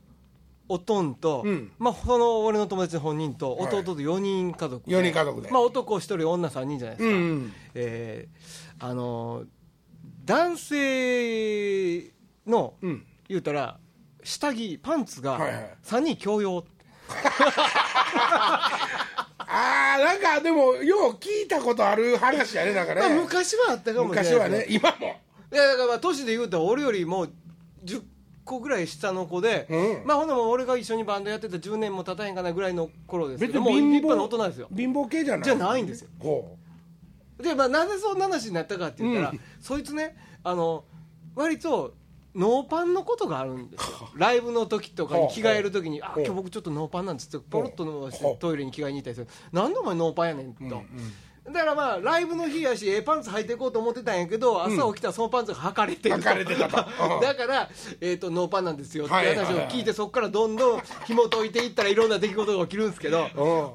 Speaker 4: おとんと、
Speaker 2: うん
Speaker 4: まあ、その俺の友達の本人と弟と4人家族で、
Speaker 2: 4人家族で
Speaker 4: まあ、男1人女3人じゃないです
Speaker 2: う
Speaker 4: か、
Speaker 2: ん
Speaker 4: えーあのー男性の、
Speaker 2: うん
Speaker 4: 言うたら下着パンツ
Speaker 2: はいは
Speaker 4: が
Speaker 2: い
Speaker 4: 3人共用、
Speaker 2: ああなんかでもよう聞いたことある話やねだから
Speaker 4: まあ、
Speaker 2: ね
Speaker 4: 昔はあったかもしれない
Speaker 2: 昔はね今も
Speaker 4: いやだからまあ年で言うと俺よりも10個ぐらい下の子で、
Speaker 2: うん
Speaker 4: まあほんなら俺が一緒にバンドやってた10年も経たへんかなぐらいの頃ですけ
Speaker 2: 別
Speaker 4: ど
Speaker 2: に
Speaker 4: もう立
Speaker 2: 貧乏
Speaker 4: 派な大人ですよ
Speaker 2: 貧乏系じゃない
Speaker 4: じゃないんですよ
Speaker 2: ほ
Speaker 4: で、まあ、なぜそんな話になったかって言ったら、
Speaker 2: うん
Speaker 4: そいつねあの割とノーパンのことがあるんで すよライブの時とかに着替える時に「あ
Speaker 2: ほう
Speaker 4: 今日僕ちょっとノーパンなんです」ってポロッと伸ばし
Speaker 2: ほ
Speaker 4: て
Speaker 2: う
Speaker 4: トイレに着替えに行ったりする「なんでお前ノーパンやねん」と。だからまあライブの日やしええパンツ履いていこうと思ってたんやけど朝起きたらそのパンツが履かれてる
Speaker 2: うかれてたとうん
Speaker 4: だから、えー、とノーパンなんですよって
Speaker 2: はいはいはい
Speaker 4: 話を聞いてそこからどんどん紐解いていったらいろんな出来事が起きるんですけど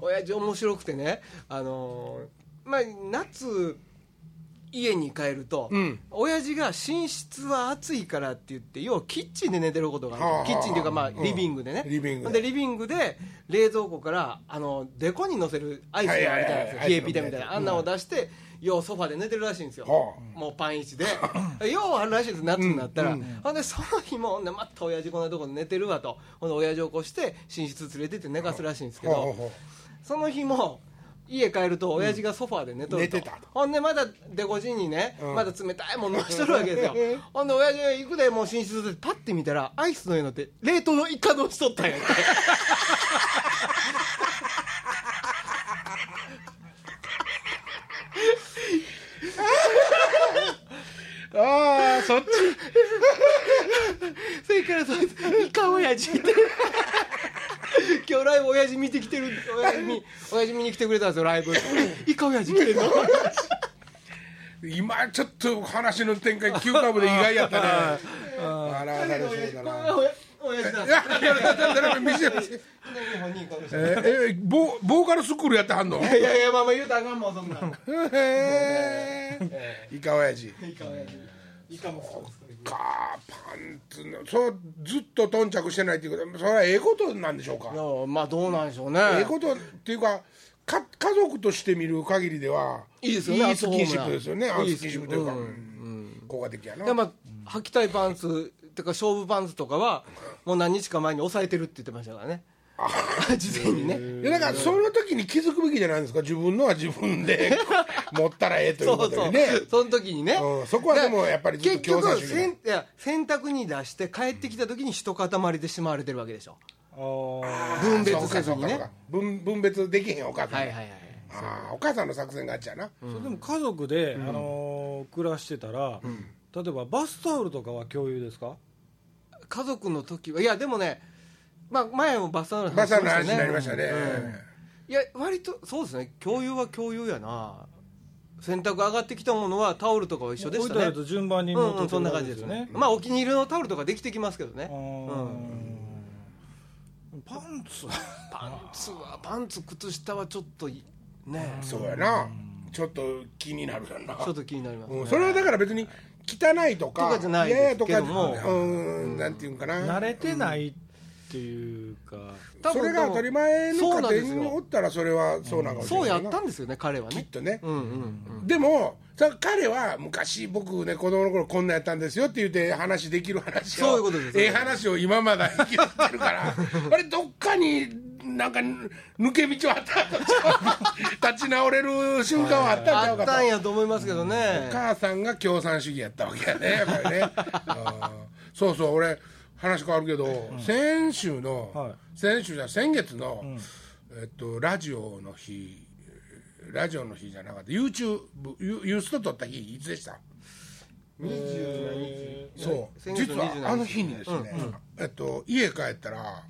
Speaker 2: う
Speaker 4: 親父面白くてね、あのーまあ、夏家に帰ると、
Speaker 2: うん
Speaker 4: 親父が寝室は暑いからって言って要はキッチンで寝てることがある、
Speaker 2: はあはあ
Speaker 4: キッチンというか、まあ、
Speaker 2: うん
Speaker 4: リビングでね
Speaker 2: リビングで
Speaker 4: でリビングで冷蔵庫からあのデコに乗せるアイスがあるじゃないです
Speaker 2: はいはい
Speaker 4: か
Speaker 2: はい
Speaker 4: 冷えピタ
Speaker 2: アイス
Speaker 4: みたい
Speaker 2: のみたいな
Speaker 4: なあんなを出して、ようソファで寝てるらしいんですよ、
Speaker 2: はあ
Speaker 4: もうパンイ チでようあるらしいです夏になったら、
Speaker 2: うんう
Speaker 4: ほんでその日もほんでまた親父こんなとこで寝てるわとほんで親父起こして寝室連れてって寝かすらしいんですけ
Speaker 2: う
Speaker 4: ど、
Speaker 2: ほうほう
Speaker 4: その日も家帰ると親父がソファーで寝とると、
Speaker 2: うん寝てたと
Speaker 4: ほんでまだデコジンにね、
Speaker 2: うん
Speaker 4: まだ冷たいもん飲しとるわけですよ ほんで親父が行くでもう寝室でパッて見たらアイスのようになって冷凍のイカのしとったんやって
Speaker 2: ああそっち
Speaker 4: それからそいつイカ親父って 今日ライブ親父見てきてる親父に親父見に来てくれたんですよライ ブイカ親父来てん の
Speaker 2: 今ちょっと話の展開急カーブで意外やった ねあらあらそうだな
Speaker 4: 親親父だ日本にイカの人
Speaker 2: ええボボーカルスクールやってはん の
Speaker 4: いやいやまあまあ言うたらあかんもんそんなん
Speaker 2: へえイカ親父
Speaker 4: イカ親父イカもそうですけど
Speaker 2: かパンツのそうずっと頓着してないっていうことはそれはええことなんでしょうか
Speaker 4: いやまあどうなんでしょうね
Speaker 2: ええことっていうかか家族として見る限りではい
Speaker 4: いいですよね
Speaker 2: スキンシップですよね
Speaker 4: ア
Speaker 2: あ
Speaker 4: ットホームない
Speaker 2: スキンシップというか
Speaker 4: いいです
Speaker 2: うん効果的やな
Speaker 4: でまあ履きたいパンツてか勝負パンツとかはもう何日か前に抑えてるって言ってましたからね事前にね
Speaker 2: いやだからその時に気づくべきじゃないですか自分のは自分 で持ったらええとい
Speaker 4: そうう
Speaker 2: こ
Speaker 4: そ
Speaker 2: と
Speaker 4: う、
Speaker 2: にね
Speaker 4: その時にね、
Speaker 2: うんそこはでもやっぱりずっと
Speaker 4: 結
Speaker 2: 共産
Speaker 4: 局
Speaker 2: 主義
Speaker 4: せんいや洗濯に出して帰ってきた時に一塊でしまわれてるわけでしょ
Speaker 3: あ
Speaker 4: 分別
Speaker 2: そうか
Speaker 4: せず
Speaker 2: そう
Speaker 4: に
Speaker 2: かそう
Speaker 4: ね
Speaker 2: か分分別できへんお母さん
Speaker 4: は
Speaker 2: が、
Speaker 4: いはいはい
Speaker 2: ああお母さんの作戦があっちゃな、
Speaker 3: ーそれでも家族で、あのー暮らしてたら、例えばバスタオルとかは共有ですか
Speaker 4: 家族の時はいやでもねまあ前もバスタオルの
Speaker 2: バ
Speaker 4: 話
Speaker 2: サ
Speaker 4: し
Speaker 2: の
Speaker 4: ま
Speaker 2: 話
Speaker 4: した
Speaker 2: になり
Speaker 4: よ
Speaker 2: ま
Speaker 4: ね
Speaker 2: したね、
Speaker 4: いや割とそうですね共有は共有やな洗濯上がってきたものはタオルとかは一緒でし
Speaker 3: 置い
Speaker 4: た
Speaker 3: てあ
Speaker 4: ね
Speaker 3: ると順番に
Speaker 4: うん、
Speaker 3: っ
Speaker 4: うん、
Speaker 3: てく
Speaker 4: そん
Speaker 3: る
Speaker 4: な
Speaker 3: わ
Speaker 4: 感
Speaker 3: け
Speaker 4: じ
Speaker 3: で
Speaker 4: です
Speaker 3: よ
Speaker 4: すね
Speaker 3: ね、
Speaker 4: まあお気に入りのタオルとかできてきますけどね
Speaker 3: あーパンツは
Speaker 4: パンツはパンツ靴下はちょっといね
Speaker 2: そうやなちょっと気になるよな
Speaker 4: ちょっと気になります、
Speaker 2: うんそれはだから別に汚いとか
Speaker 4: とかじゃない
Speaker 2: 嫌や
Speaker 4: です
Speaker 2: と
Speaker 4: け
Speaker 2: か
Speaker 4: ども
Speaker 2: うんなんていうんかな
Speaker 3: 慣れてないっていうか、
Speaker 4: 多
Speaker 2: そ
Speaker 4: 分
Speaker 2: れが当たり前の
Speaker 4: そうなん
Speaker 2: 家
Speaker 4: ですよ
Speaker 2: 庭におったらそれはそうなのかもしれ
Speaker 4: そ
Speaker 2: な
Speaker 4: う
Speaker 2: い
Speaker 4: や
Speaker 2: な
Speaker 4: ったんですよね彼は
Speaker 2: きっ
Speaker 4: ね
Speaker 2: とね
Speaker 4: うんうん
Speaker 2: でもさ彼は昔僕ね子供の頃こんなんやったんですよって言って話できる話を
Speaker 4: そういうことです
Speaker 2: ええ話を今まだ引きずってるから あれどっかになんか抜け道はあった立ち直れる瞬間はあったんちゃ
Speaker 4: あ
Speaker 2: う
Speaker 4: っ
Speaker 2: か
Speaker 4: た
Speaker 2: と
Speaker 4: んやと思いますけどね
Speaker 2: お母さんが共産主義やったわけやねやっぱりねあーそうそう俺話変わるけど、先週の、
Speaker 3: は
Speaker 2: 先週じゃ先月の、えっと、ラジオの日ラジオの日じゃなかった YouTube ユユースト撮った日いつでした
Speaker 3: え
Speaker 2: そう
Speaker 4: 先月
Speaker 2: 実
Speaker 4: の
Speaker 2: は
Speaker 4: 27日
Speaker 2: あの日にですね、えっと、家帰ったら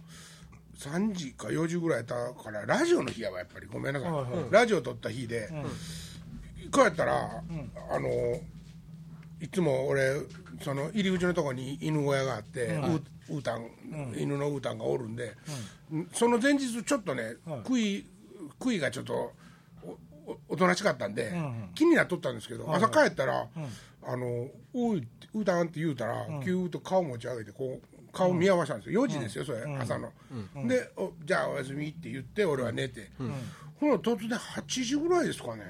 Speaker 2: 3時か4時ぐらいやったからラジオの日やわやっぱりごめんなさい、
Speaker 3: はいは
Speaker 2: ラジオ撮った日で、帰ったら、あのいつも俺その入り口のとこに犬小屋があって、ううーたん、犬のうーたんがおるんで、んその前日ちょっとね、
Speaker 3: はい
Speaker 2: クイクイがちょっとおおおとなしかったんで、気になっとったんですけど、朝帰ったら「あのおい」うーたんって言うたら、ぎゅーっと顔持ち上げてこう顔見合わせたんですよ4時ですよそれ、朝の、
Speaker 3: ん
Speaker 2: でおじゃあおやすみって言って俺は寝て、ほな突然8時ぐらいですかね、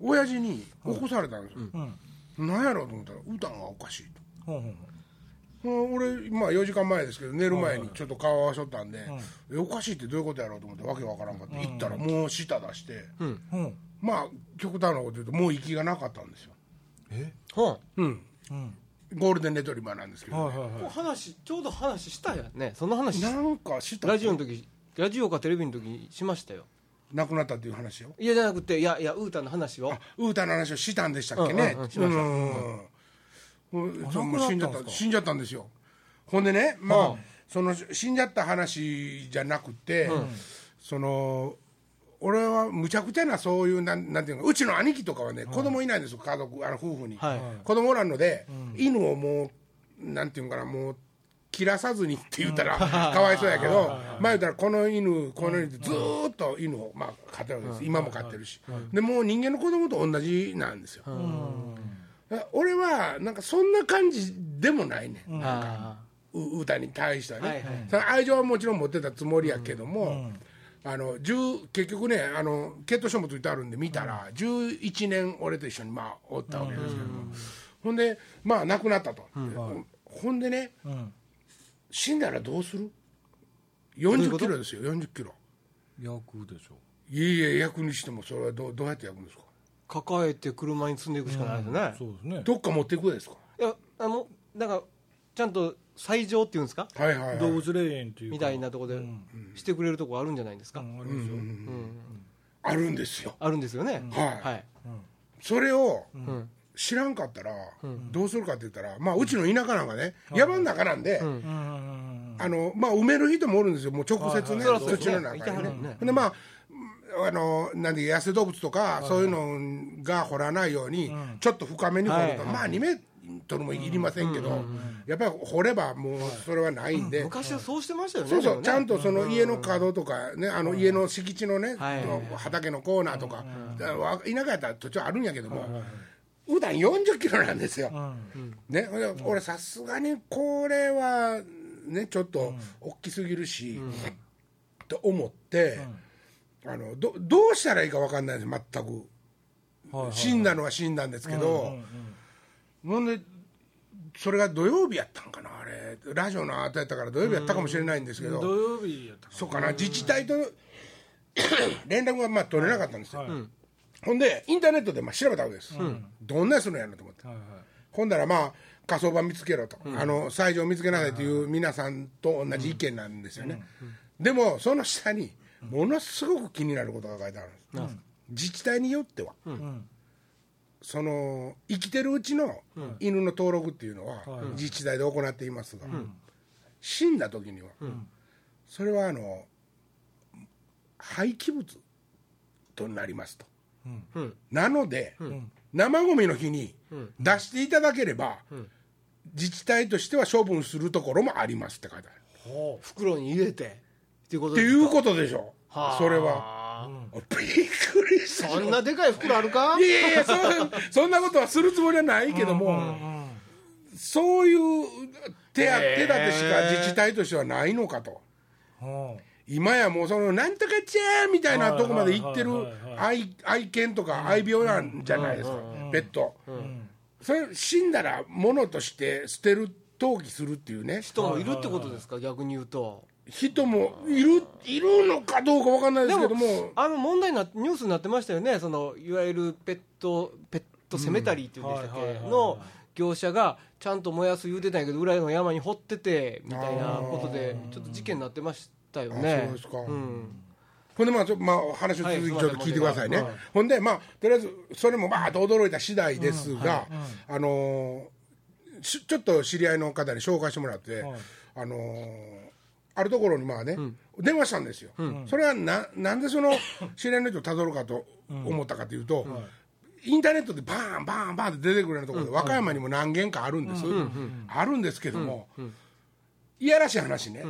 Speaker 2: 親父に起こされたんですよ、
Speaker 3: うん
Speaker 2: なんやろうと思ったら歌がおかしいと。
Speaker 3: ほんほ
Speaker 2: う
Speaker 3: ん
Speaker 2: ん俺、まあ、4時間前ですけど寝る前にちょっと顔合わせとったんで、えおかしいってどういうことやろうと思ってわけわからんかって行ったらもう舌出して、
Speaker 3: ほん
Speaker 2: まあ極端なこと言うともう息がなかったんですよ、
Speaker 4: ほ
Speaker 2: うん、
Speaker 3: うん
Speaker 2: ゴールデンレトリバーなんですけど、
Speaker 3: はい
Speaker 2: ね
Speaker 3: はいは
Speaker 4: う
Speaker 3: い
Speaker 4: 話ちょうど話したやんねその話
Speaker 2: なんかした
Speaker 4: ラジオの時ラジオかテレビの時にしましたよ
Speaker 2: 亡くなったっていう話よ
Speaker 4: いやじゃなくていやいやウータンの話を
Speaker 2: あウータの話をしたんでしたっけね
Speaker 4: うんうんうんし
Speaker 2: う
Speaker 4: ま
Speaker 2: ん
Speaker 4: し
Speaker 2: うんそう
Speaker 3: 亡く
Speaker 2: も
Speaker 3: な
Speaker 2: う死ん
Speaker 3: ったん
Speaker 2: じゃっ
Speaker 3: です
Speaker 2: た
Speaker 3: か
Speaker 2: 死んじゃったんですよほんでねまあ、その死んじゃった話じゃなくて、その俺はむちゃくちゃなそういうなんなんていうかうちの兄貴とかはね、子供いないんですよ家族あの夫婦に、
Speaker 4: はい
Speaker 2: 子供おらんので、犬をもうなんていうんかなもう切らさずにって言った ら、かわいそうやけど前言ったらこの犬この犬ってずーっと犬を、まあ、飼ってるわけです、今も飼ってるし、でもう人間の子供と同じなんですよ、だから俺はなんかそんな感じでもないね、ん
Speaker 4: あ
Speaker 2: う歌に対してはね、
Speaker 4: はいはい
Speaker 2: その愛情はもちろん持ってたつもりやけども、あの10結局ねあの血糖書もついてあるんで見たら、11年俺と一緒にまあおったわけですけども、ほんでまあ亡くなったと、ほんでね
Speaker 3: うん
Speaker 2: 死んだらどうする
Speaker 4: ういう
Speaker 2: 40
Speaker 4: こと
Speaker 2: キロですよ40キロ
Speaker 3: 役でしょ
Speaker 2: いえいえ焼くにしてもそれはどうどうやって焼くんですか
Speaker 4: あ抱えて車に積んでいくしかないですね、
Speaker 3: そうですね
Speaker 2: どっか持っていくですか
Speaker 4: いやあのなんかちゃんと斎場っていうんですか
Speaker 2: はいはい、はい、
Speaker 3: 動物霊園っていうか
Speaker 4: みたいなとこでしてくれるとこあるんじゃないですか、
Speaker 3: うんありますよ
Speaker 2: あるんですよ
Speaker 4: あるんですよね、
Speaker 2: はい
Speaker 4: はい、
Speaker 2: それを、
Speaker 4: ん
Speaker 2: 知らんかったら、どうするかって言ったら、まあ、うちの田舎なんかね、山の中なんで、
Speaker 3: うんうん
Speaker 2: あのまあ、埋める人もおるんですよ、もう直接ね、
Speaker 4: はいはい
Speaker 2: 土の
Speaker 4: そう
Speaker 2: 中
Speaker 4: ですねいては
Speaker 2: に
Speaker 4: る
Speaker 2: ね
Speaker 4: もんね。
Speaker 2: ほんでまああのなんで野生動物とかそういうのが掘らないようにちょっと深めに掘ると
Speaker 4: はい
Speaker 2: まあ2メートルもいりませんけどやっぱり掘ればもうそれはないんで
Speaker 4: 昔はそうしてましたよね
Speaker 2: そうそ
Speaker 4: でも
Speaker 2: う
Speaker 4: ね
Speaker 2: ちゃんとその家の角とかねあの家の敷地のね
Speaker 4: はい
Speaker 2: その畑のコーナーとかだからわ田舎やったら途中あるんやけども普段40キロなんですよ。ね、ほんで俺さすがにこれはねちょっと大きすぎるし、と思って、あのどどうしたらいいか分かんないんです全く、
Speaker 3: はいはい
Speaker 2: 死んだのは死んだんですけど、ほんでそれが土曜日やったんかなあれラジオの後やったから土曜日やったかもしれないんですけど、
Speaker 3: 土曜日やったか
Speaker 2: そうかな自治体と 連絡がまあ取れなかったんですよ、ほんでインターネットでまあ調べたわけです、どんなやつのやんのと思って。
Speaker 3: なはい
Speaker 2: ほんだらまあ火葬場見つけろと、あの斎場見つけなさいという皆さんと同じ意見なんですよね、でもその下にものすごく気になることが書いてあるんです、自治体によっては、
Speaker 3: ん
Speaker 2: その生きてるうちの犬の登録っていうのは自治体で行っていますが、死んだ時には、それはあの廃棄物となりますと。
Speaker 4: うん
Speaker 2: なので、生ゴミの日に出していただければ、自治体としては処分するところもありますって書いてある。
Speaker 4: 袋に入れてっていうこと
Speaker 2: って
Speaker 4: です
Speaker 2: い
Speaker 4: か
Speaker 2: うことでしょ、
Speaker 4: はあ
Speaker 2: それは。びっくりした。
Speaker 4: そんなでかい袋あるか
Speaker 2: いやいやいやそん そんなことはするつもりはないけども、そういう手や手立てしか自治体としてはないのかと。
Speaker 3: はいは
Speaker 2: 今やもうそのなんとかちゃーみたいなとこまで行ってる
Speaker 3: はいはいはいは
Speaker 2: 愛愛犬とか愛病なんじゃないですかペットそれ死んだら物として捨てる投棄するっていうね
Speaker 4: 人もいるってことですか逆に言うと
Speaker 2: 人もいるいるのかどうか分かんないですけども
Speaker 4: あの問題になニュースになってましたよねそのいわゆるペットペットセメタリーっていうんでしたっ
Speaker 3: うんはい
Speaker 4: け
Speaker 3: はいはい
Speaker 4: の業者がちゃんと燃やす言うてたんやけど裏の山に掘っててみたいなことでちょっと事件になってましたよ
Speaker 2: あ
Speaker 4: ね
Speaker 2: そうですか
Speaker 4: ん
Speaker 2: ほんでまあ、ちょまあ、話を続きちょっと聞いてくださいね、
Speaker 4: はいすいません
Speaker 2: ほんでまあとりあえずそれもバーッと驚いた次第ですが、あのーしちょっと知り合いの方に紹介してもらって、あのーあるところにまあね、電話したんですよ、それはななんでそ の知り合いの人をたどるかと思ったかというと、インターネットでバーンバーンバーンって出てくるようなところで、和歌山にも何軒かあるんです、あるんですけども、いやらしい話ね、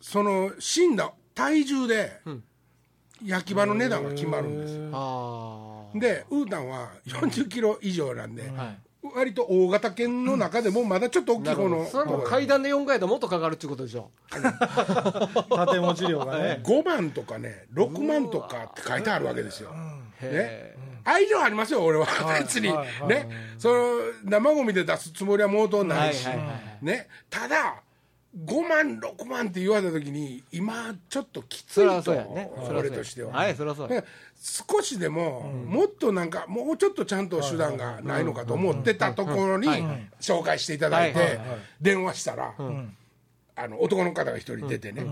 Speaker 2: その死んだ体重で焼き場の値段が決まるんですよ
Speaker 4: ああ
Speaker 2: でウータンは40キロ以上なんで、
Speaker 4: はい
Speaker 2: 割と大型犬の中でもまだちょっと大きい方の
Speaker 4: それはもう階段で4階段もっとかかるっていうことでしょ
Speaker 3: 縦持ち量がね
Speaker 2: 5万とかね6万とかって書いてあるわけですよ、
Speaker 4: へえ
Speaker 2: 愛情ありますよ俺は別に、
Speaker 3: はいはい
Speaker 2: ねその生ゴミで出すつもりは毛頭ないし、
Speaker 4: はいはいはい
Speaker 2: ねただ5万6万って言われた時に今ちょっときつ
Speaker 4: そり
Speaker 2: い
Speaker 4: ゃ
Speaker 2: と
Speaker 4: そうやねそりゃそうや
Speaker 2: 俺としては、
Speaker 4: はいそりゃそうや
Speaker 2: だから少しでも、もっとなんかもうちょっとちゃんと手段がないのかと思ってたところに
Speaker 4: はいはい
Speaker 2: 紹介していただい
Speaker 4: はいは
Speaker 2: て
Speaker 4: い
Speaker 2: 電話したら、あの男の方が一人出てね、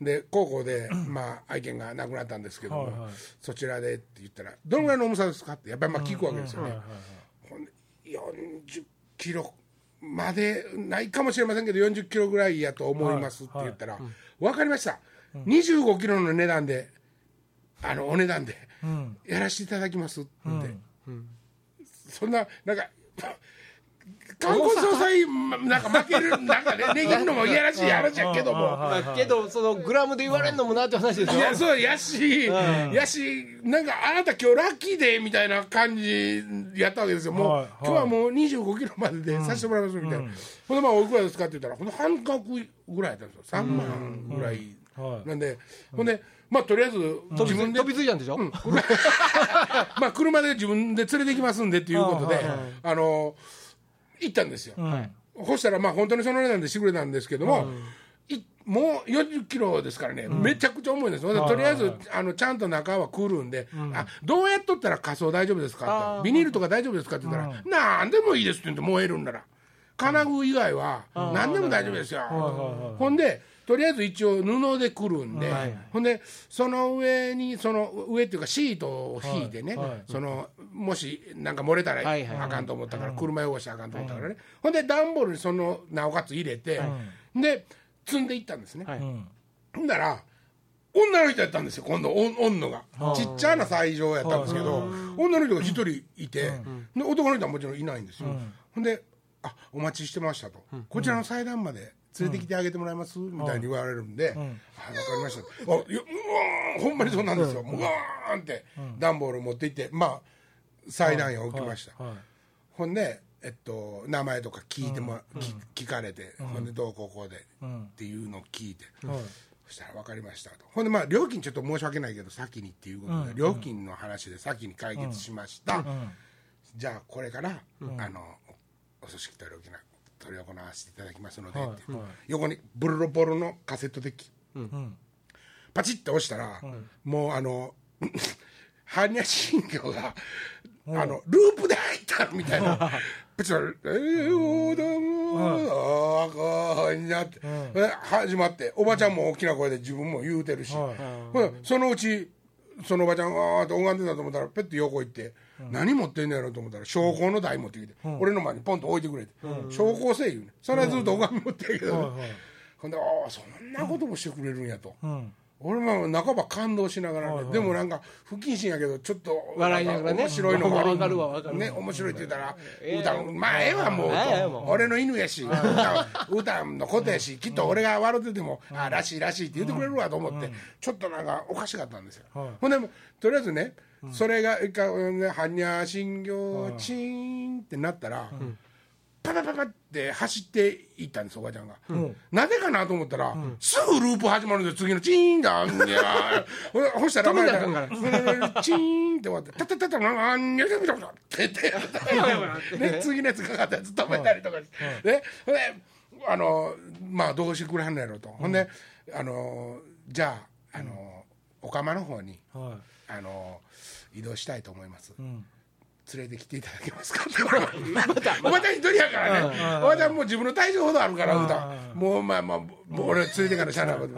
Speaker 2: で高校で、まあ、愛犬が亡くなったんですけども、
Speaker 3: はいはい
Speaker 2: そちらでって言ったら「どのぐらいの重さですか?」ってやっぱりまあ聞くわけですよね。ほんで40キロまでないかもしれませんけど40キロぐらいやと思いますって言ったら、分かりました、25キロの値段であのお値段で
Speaker 3: ん
Speaker 2: やらせていただきますって、
Speaker 4: ん
Speaker 2: そんななんか観光総裁まなんか負けるなんかねねぎるのもいやらしい話やけども。
Speaker 4: まあけどそのグラムで言われるのもなって話です
Speaker 2: い
Speaker 4: よ
Speaker 2: やそうやし、やしなんかあなた今日ラッキーでみたいな感じやったわけですよもう、
Speaker 3: はいはい
Speaker 2: 今日はもう25キロまででさせてもらいますみたいな、ほんでまあおいくらですかって言ったらほんで半額ぐらいやったんですよ3万ぐらい、
Speaker 3: はい
Speaker 2: なんで、ほんでまあとりあえず
Speaker 4: 飛
Speaker 2: 自
Speaker 4: び
Speaker 2: 分
Speaker 4: つ
Speaker 2: で、
Speaker 4: 飛びついたんでしょ、
Speaker 2: まあ車で自分で連れてきますんでっていうことで、
Speaker 3: はいはいはい
Speaker 2: あの行ったんですよ、
Speaker 3: はい
Speaker 2: そしたらまあ本当にその値段でしてくれたんですけども、いもう40キロですからね、めちゃくちゃ重いんです、ほんで
Speaker 3: はい
Speaker 2: とりあえずあのちゃんと中はくるんで、あどうやっとったら仮装大丈夫ですか
Speaker 4: あ
Speaker 2: っ
Speaker 4: ー
Speaker 2: てビニールとか大丈夫ですかって言ったら、なんでもいいですって言って燃えるんなら金具以外は何でも大丈夫ですよ、
Speaker 3: はい
Speaker 2: ほんでとりあえず一応布でくるんで、
Speaker 4: はい
Speaker 2: ほんでその上にその上っていうかシートを引いてね、
Speaker 3: はいはい
Speaker 2: そのもしなんか漏れたら
Speaker 4: はいはい
Speaker 2: あかんと思ったから、車汚したらあかんと思ったからね、ほんで段ボールにそのなおかつ入れて、で積んでいったんですね、
Speaker 4: はい
Speaker 3: うん
Speaker 2: ほんなら女の人やったんですよ今度おんおんのがちっちゃな斎場やったんですけど女の人が一人いて、で男の人はもちろんいないんですよ、ほんで「あお待ちしてましたと」こちらの祭壇まで連れてきてあげてもらえます?」みたいに言われるんで「はいわかりました」あいやうわーほんまにそうなんですよ、うわーんって段ボール持って行ってまあ祭壇へ置きました、
Speaker 3: はい
Speaker 2: ほんで、えっと、名前とか聞いても、き聞かれて、ほんでどうこうこうで、っていうのを聞いて、
Speaker 3: はい
Speaker 2: そしたら分かりましたとほんでまあ料金ちょっと申し訳ないけど先にっていうことで、料金の話で先に解決しました、じゃあこれから、あのお組織取り行な取り行わせていただきますので、
Speaker 3: はい
Speaker 2: って
Speaker 3: はい
Speaker 2: 横にボロボロのカセットデッキ
Speaker 3: うん
Speaker 2: パチッと押したら、もうあの 般若心経が、あのループで入ったみたいな。プチッとえーおだもあこんにゃって、え始まっておばちゃんも大きな声で自分も言うてるし、
Speaker 3: はい
Speaker 2: ほなそのうちそのおばちゃんがあーって拝んでたと思ったらペッと横行って、何持ってんのやろうと思ったら証拠の台持ってきて、俺の前にポンと置いてくれて、証拠せえ言うねそれはずっと拝み持ってるけど、
Speaker 3: はいはい
Speaker 2: ほんでああそんなこともしてくれるんやと。
Speaker 3: うん
Speaker 2: 俺も半ば感動しながらね、でもなんか不謹慎やけどちょっと
Speaker 4: 笑いながらね
Speaker 2: んか面白いのが
Speaker 4: わかるわわかるわ
Speaker 2: ね面白いって言ったら、
Speaker 4: ええ
Speaker 2: 歌うまあええわもう,、
Speaker 4: ええわもう
Speaker 2: 俺の犬やし歌歌のことやしきっと俺が笑ってても、あらしいらしいって言ってくれるわと思って、ちょっとなんかおかしかったんですよ、
Speaker 3: はい
Speaker 2: ほんでもとりあえずね、それが一回ね「はにゃ心経チーン」ってなったら、パパパパって走っていったんですおばちゃんが、なぜかなと思ったら、すぐループ始まるんですよ次のチーンだんにゃほらほしたら
Speaker 4: 止めなあかんから
Speaker 2: らチーンって終わってタタタタなんあんにゃみたいなってってね次のやつかかったやつ止めたりとかして、ねほんであのまあどうしてくれはんのやろと、ほんであのじゃああの、お釜の方に
Speaker 3: は
Speaker 2: あの移動したいと思います、
Speaker 3: いうん
Speaker 2: 連れてきていただけますか って俺はおばちゃん一人やからねおばちゃんもう自分の体重ほどあるから歌もうまあまあもう俺連れてからしゃあないこと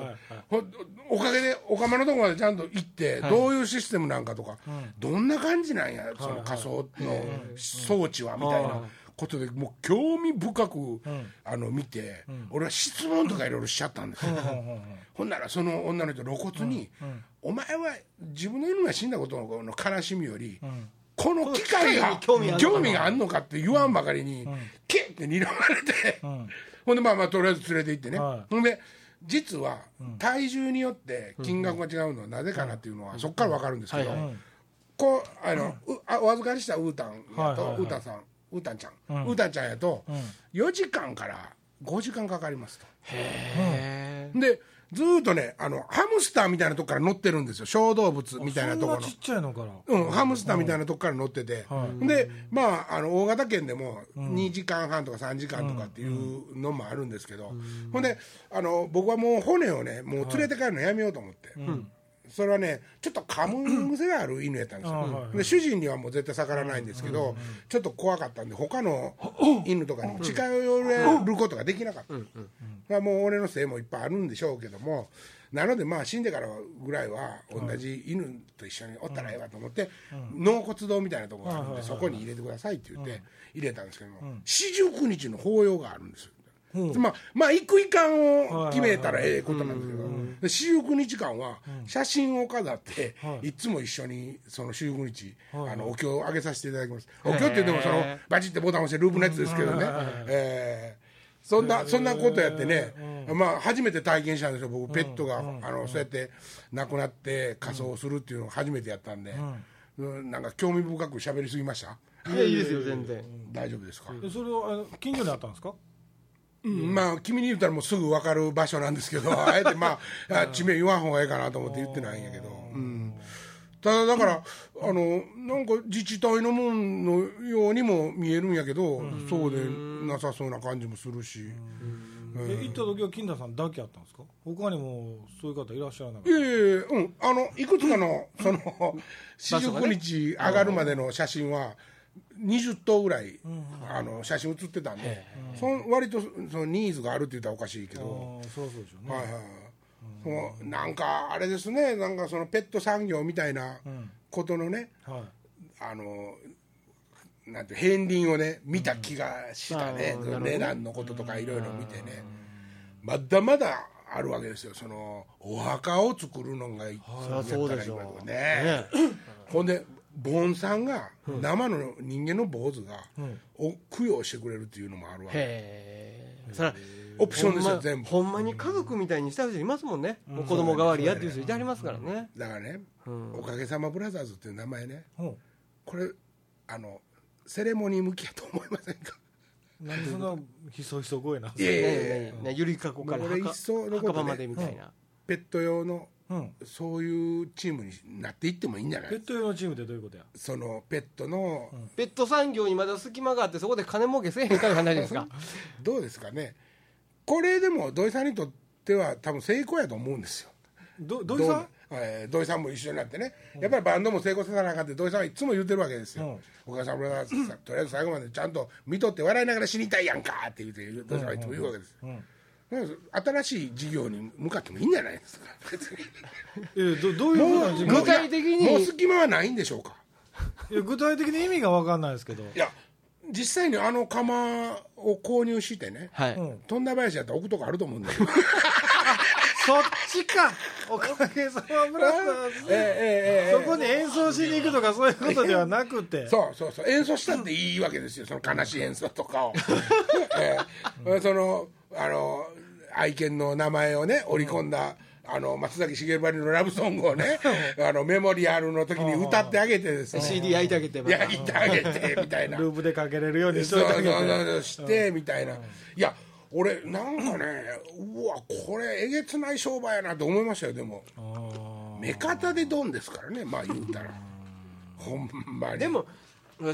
Speaker 2: ほおかげでお釜のとこまでちゃんと行ってどういうシステムなんかとかどんな感じなんやその仮想の装置はみたいなことでもう興味深くあの見て俺は質問とかいろいろしちゃったんですよほんならその女の人露骨に「お前は自分の犬が死んだことの悲しみよりこの機械が
Speaker 4: この機械に
Speaker 2: 興
Speaker 4: 興味あるのかな
Speaker 2: 味があんのかって言わんばかりに、キュッて睨まれて、ほんでまあまあとりあえず連れて行ってね、
Speaker 3: は
Speaker 2: ほんで実は体重によって金額が違うのはなぜかなっていうのはそこから分かるんですけど、
Speaker 4: はいは
Speaker 2: こうあの、うあお預かりしたウータンやと、
Speaker 3: はいはいはい
Speaker 2: ウータンさんうーたんちゃん、う
Speaker 3: うん
Speaker 2: ーたんちゃんやと
Speaker 3: うん
Speaker 2: 4時間から5時間かかります
Speaker 4: へえ
Speaker 2: とでずーっとねあのハムスターみたいなとこから乗ってるんですよ小動物みたいなところ
Speaker 3: そん
Speaker 2: の
Speaker 3: なちっちゃいのから
Speaker 2: うん、ハムスターみたいなとこから乗ってて、
Speaker 3: はい
Speaker 2: で、まあ、あの大型犬でも2時間半とか3時間とかっていうのもあるんですけど、ほんであの僕はもう骨をねもう連れて帰るのやめようと思って、それはねちょっと噛む癖がある犬やったんですよ、
Speaker 3: うんあはいはい
Speaker 2: で主人にはもう絶対逆らわないんですけど、ちょっと怖かったんで他の犬とかに近寄れることができなかった、まあ、もう俺のせいもいっぱいあるんでしょうけどもなのでまあ死んでからぐらいは同じ犬と一緒におったらええわと思って、納骨堂みたいなところがあるんで、そこに入れてくださいって言って入れたんですけども、四十九日の法要があるんですよ。まあ、まあ、行く行かんを決めたらええことなんですけど、で四十九日間は写真を飾って、い、つも一緒にその四十九日、あのお経をあげさせていただきます。お経って言ってもそのバチってボタン押してループのやつですけどね。えーそんな、そんなことやってね、まあ、初めて体験したんですよ、僕、ペットが、あの、そうやって亡くなって仮装するっていうのが初めてやったんで、うんなんか興味深く喋りすぎました
Speaker 4: いやいいですよ全然
Speaker 2: 大丈夫ですか、
Speaker 3: でそれをあの近所にあったんですか
Speaker 2: うんまあ、君に言ったらもうすぐ分かる場所なんですけ ど、あえてまあ、あ地名言わん方がいいかなと思って言ってないんやけど、うんただだから、あの、なんか自治体のもんのようにも見えるんやけど、そうでなさそうな感じもするし。
Speaker 3: え行った時は金田さんだけあったんですか他にもそういう方いらっしゃらなか
Speaker 2: い
Speaker 3: っ
Speaker 2: やいやいやうん、あのいくつかのその四十九日上がるまでの写真は20頭ぐらい、あの写真写ってたんで、そん割とそのニーズがあるって言ったらおかしいけ
Speaker 3: たあ
Speaker 2: ど、
Speaker 3: ーそうそうでしょうね、
Speaker 2: はいはいはいそのなんかあれですねなんかそのペット産業みたいなことのね、
Speaker 3: はい
Speaker 2: あのなんて片鱗をね見た気がしたね、
Speaker 4: うん
Speaker 2: その
Speaker 4: あーなるほどね
Speaker 2: 値段のこととかいろいろ見てね、まだまだあるわけですよそのお墓を作るのがい
Speaker 4: りゃそうでしょう
Speaker 2: やったらいいわとかねほんで盆さんが、生の人間の坊主が、お供養してくれるっていうのもあるわけ
Speaker 4: へえそら
Speaker 2: オプションですよ
Speaker 4: ほんま
Speaker 2: 全部
Speaker 4: ほんまに家族みたいにした人いますもんね、もう子供代わりやっていう人いてありますからね
Speaker 2: だからね、おかげさまブラザーズっていう名前ね
Speaker 3: ほ
Speaker 2: これあのセレモニー向きやと思いませんか
Speaker 3: うなんでそんなひそひそ声なん
Speaker 2: い
Speaker 3: です
Speaker 2: やいやいや
Speaker 4: ねゆりかこから
Speaker 2: もうこれ
Speaker 4: 墓
Speaker 2: 一層のことね
Speaker 4: 墓場までみたいな、
Speaker 2: ペット用の
Speaker 3: か、うん、
Speaker 2: そういうチームになっていってもいいんじゃない
Speaker 3: ペット用のチームってどういうことや
Speaker 2: そのペットの、
Speaker 4: ペット産業にまだ隙間があってそこで金儲けせえへんかいう話ですか
Speaker 2: どうですかねこれでも土井さんにとっては多分成功やと思うんですよ
Speaker 3: ど土井さん
Speaker 2: どうえー土井さんも一緒になってね、やっぱりバンドも成功させなあかんって土井さんはいつも言ってるわけですよ、お母さんブラザーズさんとりあえず最後までちゃんと見とって笑いながら死にたいやんかって言って土井さんはいつも言うわけですよ、だから新しい事業に向かってもいいんじゃないですか別に
Speaker 3: えどどういうことなんですか
Speaker 4: 具体的に
Speaker 2: もう隙間はないんでしょうか
Speaker 3: いや具体的に意味が分かんないですけど
Speaker 2: いや実際にあの釜を購入してね、
Speaker 4: はい、
Speaker 3: うん
Speaker 2: 飛んだ林やったら置くとこあると思うんですよ
Speaker 3: そっちかおかげさまブラザー ズ
Speaker 2: ええええええ
Speaker 3: そこに演奏しに行くとかそういうことではなくて
Speaker 2: そうそうそう演奏したっていいわけですよその悲しい演奏とかを、ええそのあの愛犬の名前をね織り込んだ、あの松崎しげるばりのラブソングをねあのメモリアルの時に歌ってあげてですね
Speaker 4: CD 焼いてあげてまた
Speaker 2: 焼いてあげてみたいな
Speaker 3: ループでかけれるようにし
Speaker 2: そう
Speaker 3: とい
Speaker 2: そう
Speaker 3: てあげ
Speaker 2: そう
Speaker 3: て
Speaker 2: そうしてみたいな、いや俺なんかねうわこれえげつない商売やなと思いましたよでも目方でドンですからねまあ言うたらほんまに
Speaker 4: でも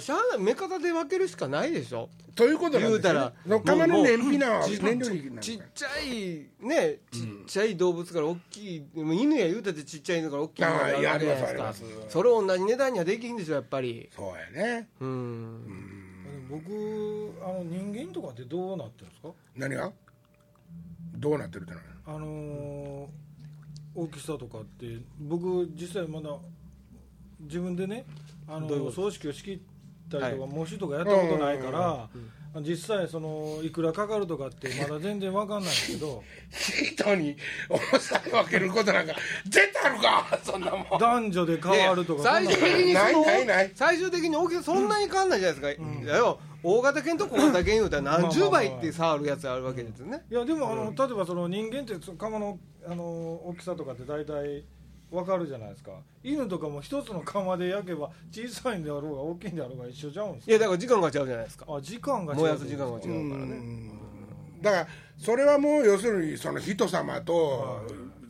Speaker 4: しゃあない目方で分けるしかないでしょ
Speaker 2: ということなん
Speaker 4: 言
Speaker 2: で
Speaker 4: う
Speaker 2: す
Speaker 4: た
Speaker 2: よ
Speaker 4: ら
Speaker 2: ねその釜の燃費な
Speaker 4: もうち
Speaker 2: 燃料にな
Speaker 4: ち
Speaker 2: る
Speaker 4: っちゃいねちっちゃい動物から大きい、でも犬や言うたってちっちゃいのから大きいの
Speaker 2: ああい
Speaker 4: が
Speaker 2: や
Speaker 4: あるじゃないで
Speaker 2: あ
Speaker 4: す
Speaker 2: り
Speaker 4: か
Speaker 2: ますあります
Speaker 4: それを同じ値段にはできひんでしょやっぱり
Speaker 2: そうやね
Speaker 4: うん
Speaker 3: 僕あの人間とかってどうなってるんですか
Speaker 2: 何がどうなってるってのは
Speaker 3: あのー大きさとかって僕実際まだ自分でねあの
Speaker 4: どういうこと
Speaker 3: 葬式を仕切ったりとか喪主とかやったことないから、実際そのいくらかかるとかってまだ全然わかんないんですけ ど
Speaker 2: 人に重さで分けることなんか絶対あるかそんなもん
Speaker 3: 男女で変わるとかそん
Speaker 4: 最
Speaker 3: な
Speaker 4: 終的にそ
Speaker 2: な
Speaker 4: の
Speaker 2: いないない
Speaker 4: 最終的に大きさそんなに変わんないじゃないですか、だよ大型犬と小型犬言うたら何十倍って差あるやつあるわけですよね
Speaker 3: いやでもあの、例えばその人間ってその釜のあの大きさとかって大体分かるじゃないですか犬とかも一つの釜で焼けば小さいんであろうが大きいんであろうが一緒じゃうんです
Speaker 4: いやだから時間が違うじゃないですか
Speaker 3: かあ時間が違う
Speaker 4: 燃やす時間が
Speaker 3: 違う
Speaker 4: 違うからね
Speaker 2: だからそれはもう要するにその人様と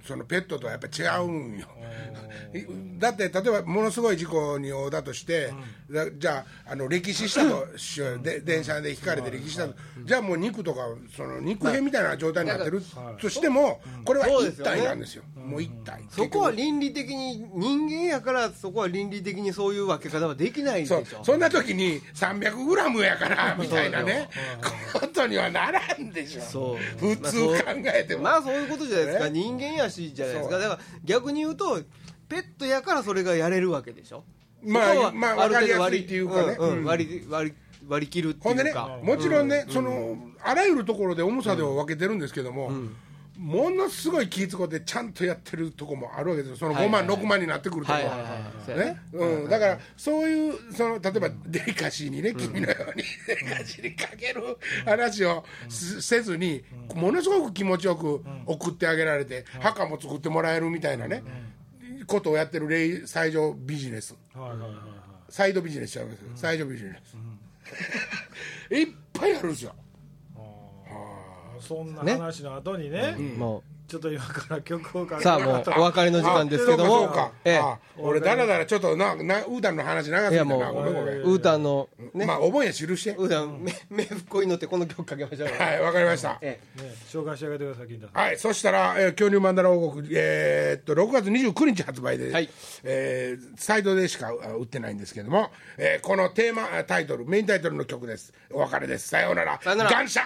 Speaker 2: そのペットとはやっぱ違うんよ。 だって例えばものすごい事故に遭うだとして、だじゃああの歴史したとしようで電車でひかれて歴史したと、じゃあもう肉とかその肉片みたいな状態になってるとしても、これは
Speaker 4: そうで
Speaker 2: 一
Speaker 4: すよね
Speaker 2: 体なんですよもう一体
Speaker 4: そこは倫理的に人間やからそこは倫理的にそういう分け方はできないでし
Speaker 2: そ
Speaker 4: ょ
Speaker 2: うそんな時に300グラムやからみたいなねことにはならんでしょ
Speaker 4: そう
Speaker 2: 普通考えても、
Speaker 4: まあそういうことじゃないですか
Speaker 2: ね
Speaker 4: 人間やしじゃないですか
Speaker 2: そう
Speaker 4: だから逆に言うとペットやからそれがやれるわけでしょ
Speaker 2: まあ
Speaker 4: そこは
Speaker 2: まあ
Speaker 4: る程度割
Speaker 2: わかりやすいっていうかね
Speaker 4: うんうん
Speaker 2: うん
Speaker 4: 割り割り割り切るって
Speaker 2: ほんで
Speaker 4: い
Speaker 2: ね
Speaker 4: うか
Speaker 2: もちろんね、そのあらゆるところで重さでは分けてるんですけども、ものすごい気ぃ使ってちゃんとやってるとこもあるわけですよその
Speaker 4: はい
Speaker 2: 5
Speaker 4: はい
Speaker 2: 万6万になってくるとこ
Speaker 4: はいはい
Speaker 2: は
Speaker 4: はいそうやね
Speaker 2: ねうん、だからそういうその例えばデリカシーにね君のようにデリカシーにかける話をすせずにものすごく気持ちよく送ってあげられて墓も作ってもらえるみたいなねことをやってる霊最上ビジネス
Speaker 3: はいはいはいはい
Speaker 2: サイドビジネスちゃうんですよ最上ビジネスいっぱいあるんですよ
Speaker 3: そんな話の後にね
Speaker 4: も
Speaker 3: ちょっと今から曲をか
Speaker 4: う
Speaker 3: け
Speaker 4: さあもうお別れの時間ですけど
Speaker 2: あそうか
Speaker 4: も
Speaker 2: そうか
Speaker 4: え
Speaker 2: あ俺だらだらちょっとななウータンの話長す
Speaker 4: え
Speaker 2: ぎた
Speaker 4: いやも
Speaker 2: なごめんごめん
Speaker 4: うウータンのね
Speaker 2: まあ思いは記して
Speaker 4: ウータンめ冥福を祈ってこの曲かけましょうよ
Speaker 2: はいわかりました
Speaker 4: ええ
Speaker 3: ね紹介してあげてください金田さん
Speaker 2: はい、そしたら、えー、恐竜マンダラ王国、えーっと、6月29日発売で、
Speaker 4: はい
Speaker 2: えーサイドでしかあ売ってないんですけども、えーこのテーマあタイトル、メインタイトルの曲です。お別れです。さようなら。
Speaker 4: さようなら
Speaker 2: 感謝